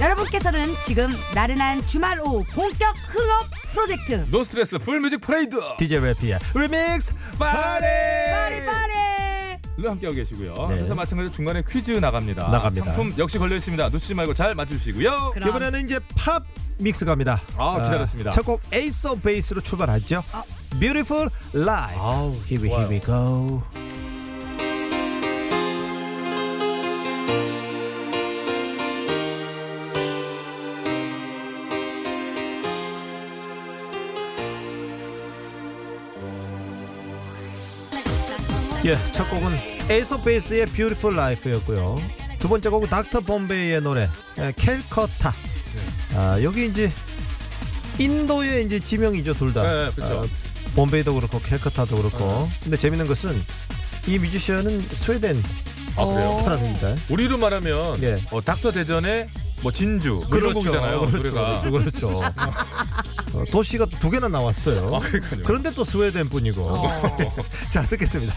여러분께서는 지금 나른한 주말 오후 본격 흥업 프로젝트
노 스트레스 풀 뮤직 프레이드
DJ 래피의 리믹스 파리
파리 파리
로 함께하고 계시고요.
네.
그래서 마찬가지로 중간에 퀴즈 나갑니다.
나갑니다.
상품 역시 걸려 있습니다. 놓치지 말고 잘 맞추시고요.
이번에는 이제 팝 믹스 갑니다.
아, 기다렸습니다.
첫 곡 에이스 오브 베이스로 출발하죠.
아.
Beautiful Life. here, we, here we go. 예, 첫 곡은 에이스 오브 베이스의 Beautiful Life였고요. 두 번째 곡은 닥터 범베이의 노래 에, 캘커타. 아, 여기 이제 인도의 이제 지명이죠 둘 다.
네, 그렇죠. 네.
아, 범베이도 그렇고 캘커타도 그렇고. 근데 재밌는 것은 이 뮤지션은 스웨덴
아, 그래요?
사람입니다.
우리로 말하면 어, 닥터 대전의 뭐 진주 그런 곡이잖아요 노래가
예. 그렇죠,
[laughs]
그렇죠. 어, 도시가 또 두 개나
아,
나왔어요. 그런데 또 스웨덴 뿐이고.
어.
[laughs] 자 듣겠습니다.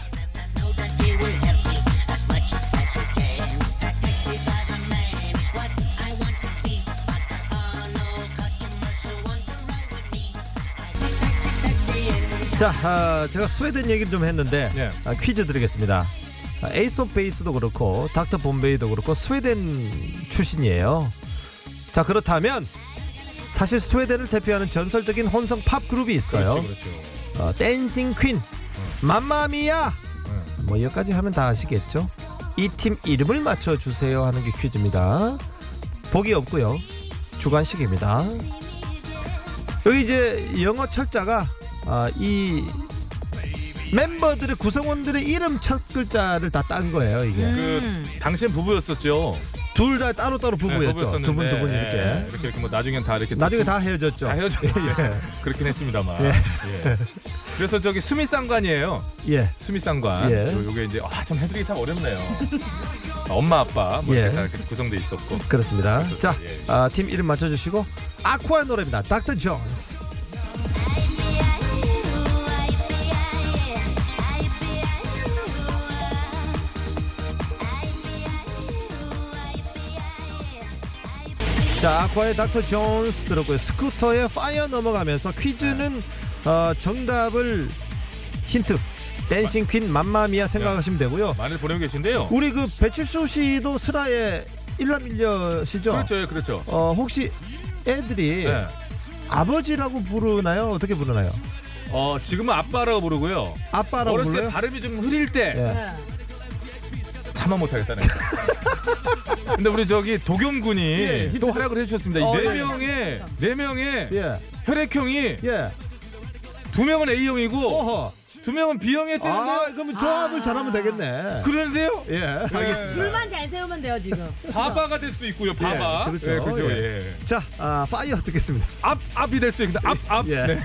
자, 아, 제가 스웨덴 얘기를 좀 했는데
예.
아, 퀴즈 드리겠습니다. 아, 에이스 오브 베이스도 그렇고 닥터 본베이도 그렇고 스웨덴 출신이에요. 자, 그렇다면 사실 스웨덴을 대표하는 전설적인 혼성 팝 그룹이 있어요.
그렇죠, 그렇죠.
어, 댄싱 퀸, 맘마미야. 뭐 여기까지 하면 다 아시겠죠? 이 팀 이름을 맞춰 주세요 하는 게 퀴즈입니다. 보기 없고요. 주관식입니다. 여기 이제 영어 철자가 아, 이 멤버들의 구성원들의 이름 첫 글자를 다 딴 거예요. 이게
음.
그 당시엔 부부였었죠. 네,
둘 다 따로따로 네, 부부였죠. 두 분 두 분 이렇게.
예, 이렇게 이렇게 뭐 나중엔 다 이렇게 두-
나중에 예. 다 헤어졌죠.
다
[laughs]
헤어졌는데 [laughs] 그렇긴 했습니다만.
예.
예. 그래서 저기 수미상관이에요.
예.
수미상관.
예.
요- 요게 이제 아, 참 해드리기 참 어렵네요. 엄마 아빠 뭐
예.
이렇게 다 이렇게 구성돼 있었고.
어, 그렇습니다. 자, 아, 팀 이름 맞춰주시고 아쿠아 노래입니다. 닥터 존스. 자, 아쿠아의 닥터 존스 들었고요. 스쿠터의 파이어 넘어가면서 퀴즈는 어, 정답을 힌트 댄싱 퀸 맘마미아 생각하시면 되고요.
많이 보내고
[laughs]
계신데요.
우리 그 배칠수 씨도 슬하의 일남일녀시죠?
그렇죠, 예, 그렇죠.
어, 혹시 애들이
네.
아버지라고 부르나요? 어떻게 부르나요?
어 지금은 아빠라고 부르고요.
아빠라고
어렸을
불러요? 예.
때 발음이 좀 흐릴 때
네.
네.
참아 못하겠다네.
[laughs]
근데 우리 저기 도겸 군이
예,
또 활약을 해주셨습니다.
어,
이 네
예.
명의 네 명의
예.
혈액형이 두 명은 A 형이고
어,
두 명은 B 형에 뜨는데 아.
아, 그러면 조합을 잘하면 되겠네.
그런데요?
예, 알겠습니다.
둘만 잘 세우면 돼요
[laughs]
지금.
바바가 될 수도 있고요. 바바.
예, 그렇죠.
예, 그죠,
예.
예.
자, 아, 파이어 듣겠습니다.
앞 앞이 될 수도 있는데 앞 앞.
예.
네.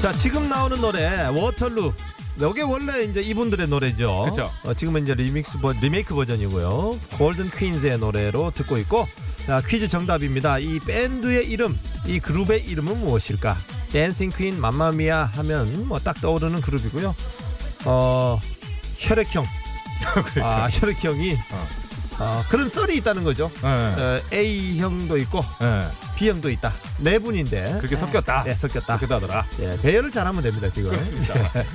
자, 지금 나오는 노래 워털루. 이게 원래 이제 이분들의 노래죠.
그쵸.
어, 지금은 이제 리믹스 버, 리메이크 버전이고요. 골든 퀸즈의 노래로 듣고 있고 자, 퀴즈 정답입니다. 이 밴드의 이름, 이 그룹의 이름은 무엇일까? 댄싱 퀸 맘마미아 하면 뭐 딱 떠오르는 그룹이고요. 어, 혈액형. 아, 혈액형이 어, 그런 썰이 있다는 거죠.
예, 네.
어, A형도 있고 B형도 있다. 네 분인데
그렇게 섞였다.
네, 섞였다.
예, 그렇게 하더라.
예, 배열을 잘하면 됩니다 지금.
그렇습니다.
예.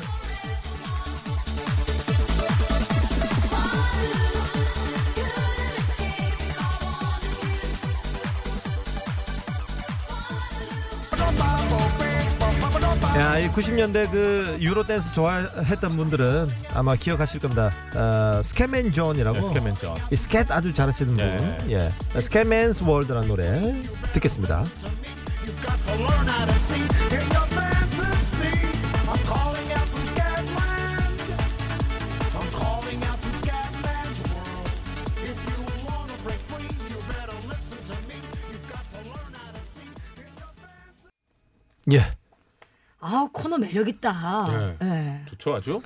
야, 이 90년대 그 유로 댄스 좋아했던 분들은 아마 기억하실 겁니다. 어, 스캐맨 존이라고.
네, 스캐맨 존.
이 스캣 아주 잘하시는
네.
분. 예. 스캐맨스 월드라는 노래 듣겠습니다.
To learn how to see in your fantasy. I'm calling out from Scatland. I'm calling out from Scatland's world. If you wanna break free, you better listen to me. You've got to learn how to see.
예.
아우 코너 매력 있다.
예.
예.
좋죠 아주.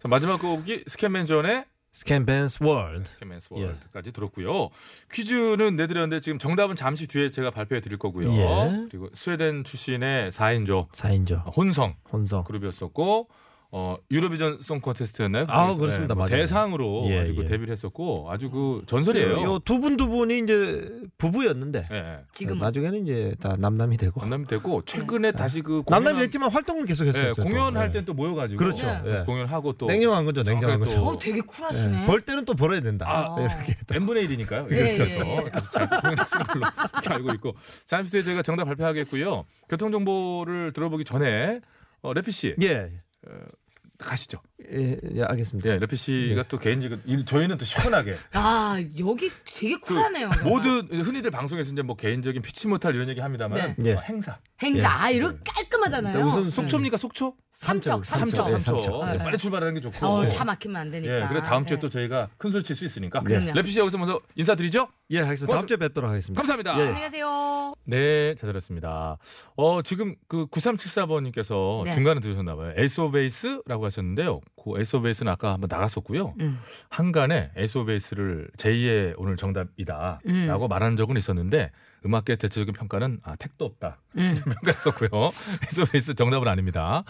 자, 마지막 곡이 스캔맨전의
스캔맨스 월드.
스캔맨스 월드까지 들었고요. 퀴즈는 내드렸는데 지금 정답은 잠시 뒤에 제가 발표해 드릴 거고요.
예.
그리고 스웨덴 출신의 4인조
4인조.
혼성
혼성.
그룹이었었고 어, 유로비전 송 콘테스트였나요?
아,
거기서, 예,
그렇습니다.
뭐
맞아요.
대상으로
예,
가지고
예.
데뷔를 했었고 아주 그 전설이에요.
요두분 두 분이 이제 부부였는데
예.
어, 나중에는 이제 다 남남이 되고.
남남이 되고 최근에 다시 그 공연한-
남남이 아, 됐지만 활동을
예,
계속했어요.
공연할 땐 또 모여가지고
그렇죠.
예.
예.
공연하고 또
냉정한 거죠, 냉정한
정확하게 또
거죠. 어, 되게
쿨하시네.
예. 벌 때는 또 벌어야 된다.
아,
네, 이렇게 또.
n 분의 1이니까요.
예,
그래서
예, 예.
계속 잘 공연하시는 걸로 [laughs] 이렇게 알고 있고 잠시 뒤에 제가 정답 발표하겠고요. 교통 정보를 들어보기 전에 어, 레피 씨
예.
가시죠.
예, 예, 알겠습니다.
예, 레피 씨가 또 개인적으로 이- 저희는 또 시원하게
아 여기 되게
그
쿨하네요.
모든 흔히들 방송에서 이제 뭐 개인적인 피치 못할 이런 얘기 합니다만
네.
어, 행사
행사
예.
아 이렇게 깔끔하잖아요. 네.
무슨 속초입니까 속초?
삼척, 삼척.
예,
삼척.
삼척.
이제
네.
빨리 출발하는 게 좋고.
어, 차 막히면 안 되니까.
예, 그래 다음 주에 또 저희가 큰 소리 칠 수 있으니까.
그럼요.
래피 씨 여기서 먼저 인사드리죠.
예, 알겠습니다. 다음 주에 뵙도록 하겠습니다.
어. 감사합니다.
예, 예.
안녕히 가세요.
네, 잘 들었습니다. 어, 지금 그 9374번님께서
네.
중간에 들으셨나봐요. 에소베이스라고 하셨는데요. 그 에소베이스는 아까 한번 나갔었고요.
음.
한간에 에소베이스를 제2의 오늘 정답이다.
음.
라고 말한 적은 있었는데 음악계 대체적인 평가는 아, 택도 없다.
음.
[laughs] 평가했었고요. 어, 에소베이스 정답은 아닙니다.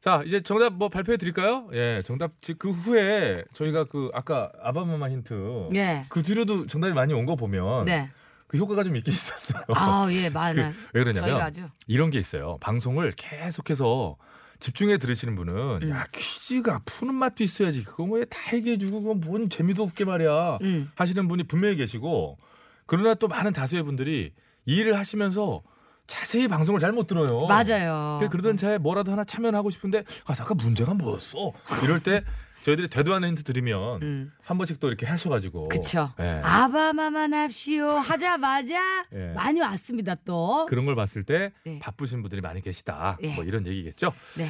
자, 이제 정답 뭐 발표해 드릴까요? 예, 정답 즉 그 후에 저희가 그 아까 아바마마 힌트
예.
그 뒤로도 정답이 많이 온 거 보면
네.
그 효과가 좀 있긴 있었어요.
아, 예, 많아요.
[laughs] 그, 왜 그러냐면
저희가 아주.
이런 게 있어요. 방송을 계속해서 집중해 들으시는 분은
음.
야 퀴즈가 푸는 맛도 있어야지 그거 뭐 다 얘기해주고 그건 뭔 재미도 없게 말이야
음.
하시는 분이 분명히 계시고 그러나 또 많은 다수의 분들이 이 일을 하시면서 자세히 방송을 잘 못 들어요.
맞아요.
그- 그러던 차에 뭐라도 하나 참여하고 싶은데 아 잠깐 문제가 뭐였어 이럴 때 저희들이 되도 않은 힌트 드리면
음.
한 번씩 또 이렇게 하셔가지고
음. 그쵸.
예.
아바마만 합시오 하자마자
예.
많이 왔습니다 또.
그런 걸 봤을 때
네.
바쁘신 분들이 많이 계시다.
예.
뭐 이런 얘기겠죠.
네.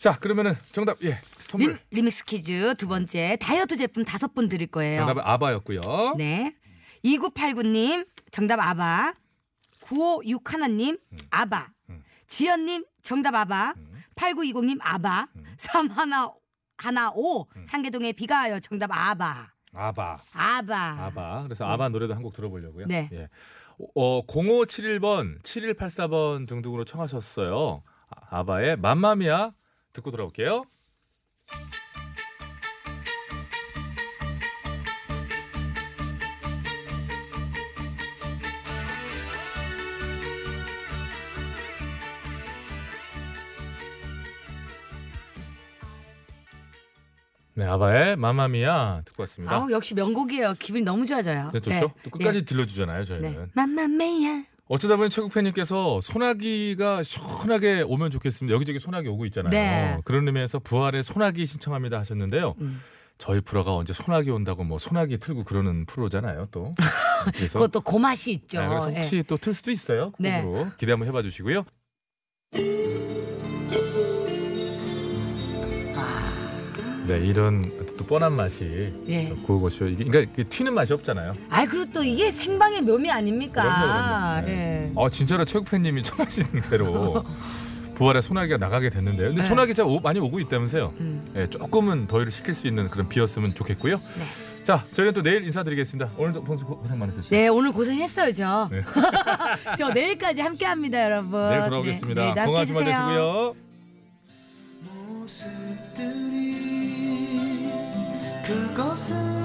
자 그러면은 정답 예 선물
리, 리믹스 퀴즈 두 번째 다이어트 제품 다섯 분 드릴 거예요.
정답은 아바였고요.
네. 2989님 정답 아바. 9561님
음.
아바. 지연님 정답 아바. 8920님 아바.
음.
3115 상계동의 비가 와요 정답 아바.
아바
아바.
아바 어. 그래서 아바 노래도 한 곡 들어보려고요.
네.
예. 어 0571번 7184번 등등으로 청하셨어요. 아, 아바의 맘마미아 듣고 돌아올게요. 네 아바의 맘마미아 듣고 왔습니다.
아우 역시 명곡이에요. 기분이 너무 좋아져요. 예. 네.
네, 좋죠. 또 끝까지
예.
들려주잖아요 저희는.
네.
맘마메야.
어쩌다 보니 최국팬님께서 소나기가 시원하게 오면 좋겠습니다. 여기저기 소나기 오고 있잖아요.
네.
그런 의미에서 부활의 소나기 신청합니다 하셨는데요.
음.
저희 프로가 언제 소나기 온다고 뭐 소나기 틀고 그러는 프로잖아요
[laughs]
또. 그래서,
그것도 고맛이 있죠.
네, 그래서 혹시
예.
또 틀 수도 있어요. 곡으로
네.
기대 한번 해봐 주시고요.
아.
네 이런 또 뻔한 맛이
예.
또 고고쇼 이게 그러니까 이게 튀는 맛이 없잖아요.
아이 그리고 또 이게 생방의 묘미 아닙니까?
그럼요, 그럼요.
예.
아 진짜로 최국팬님이 청하신 대로 부활의 소나기가 나가게 됐는데요. 근데
네.
소나기 참 오- 많이 오고 있다면서요.
음.
예, 조금은 더위를 식힐 수 있는 그런 비였으면 좋겠고요. 자, 저희는 또 내일 인사드리겠습니다. 오늘도 방송 고- 고생 많으셨어요.
네 오늘 고생했어요 저.
네.
[laughs] 저 내일까지 함께합니다 여러분.
내일 돌아오겠습니다.
네, 네,
건강한
함께
주말
해주세요.
되시고요.
모습들이 그것은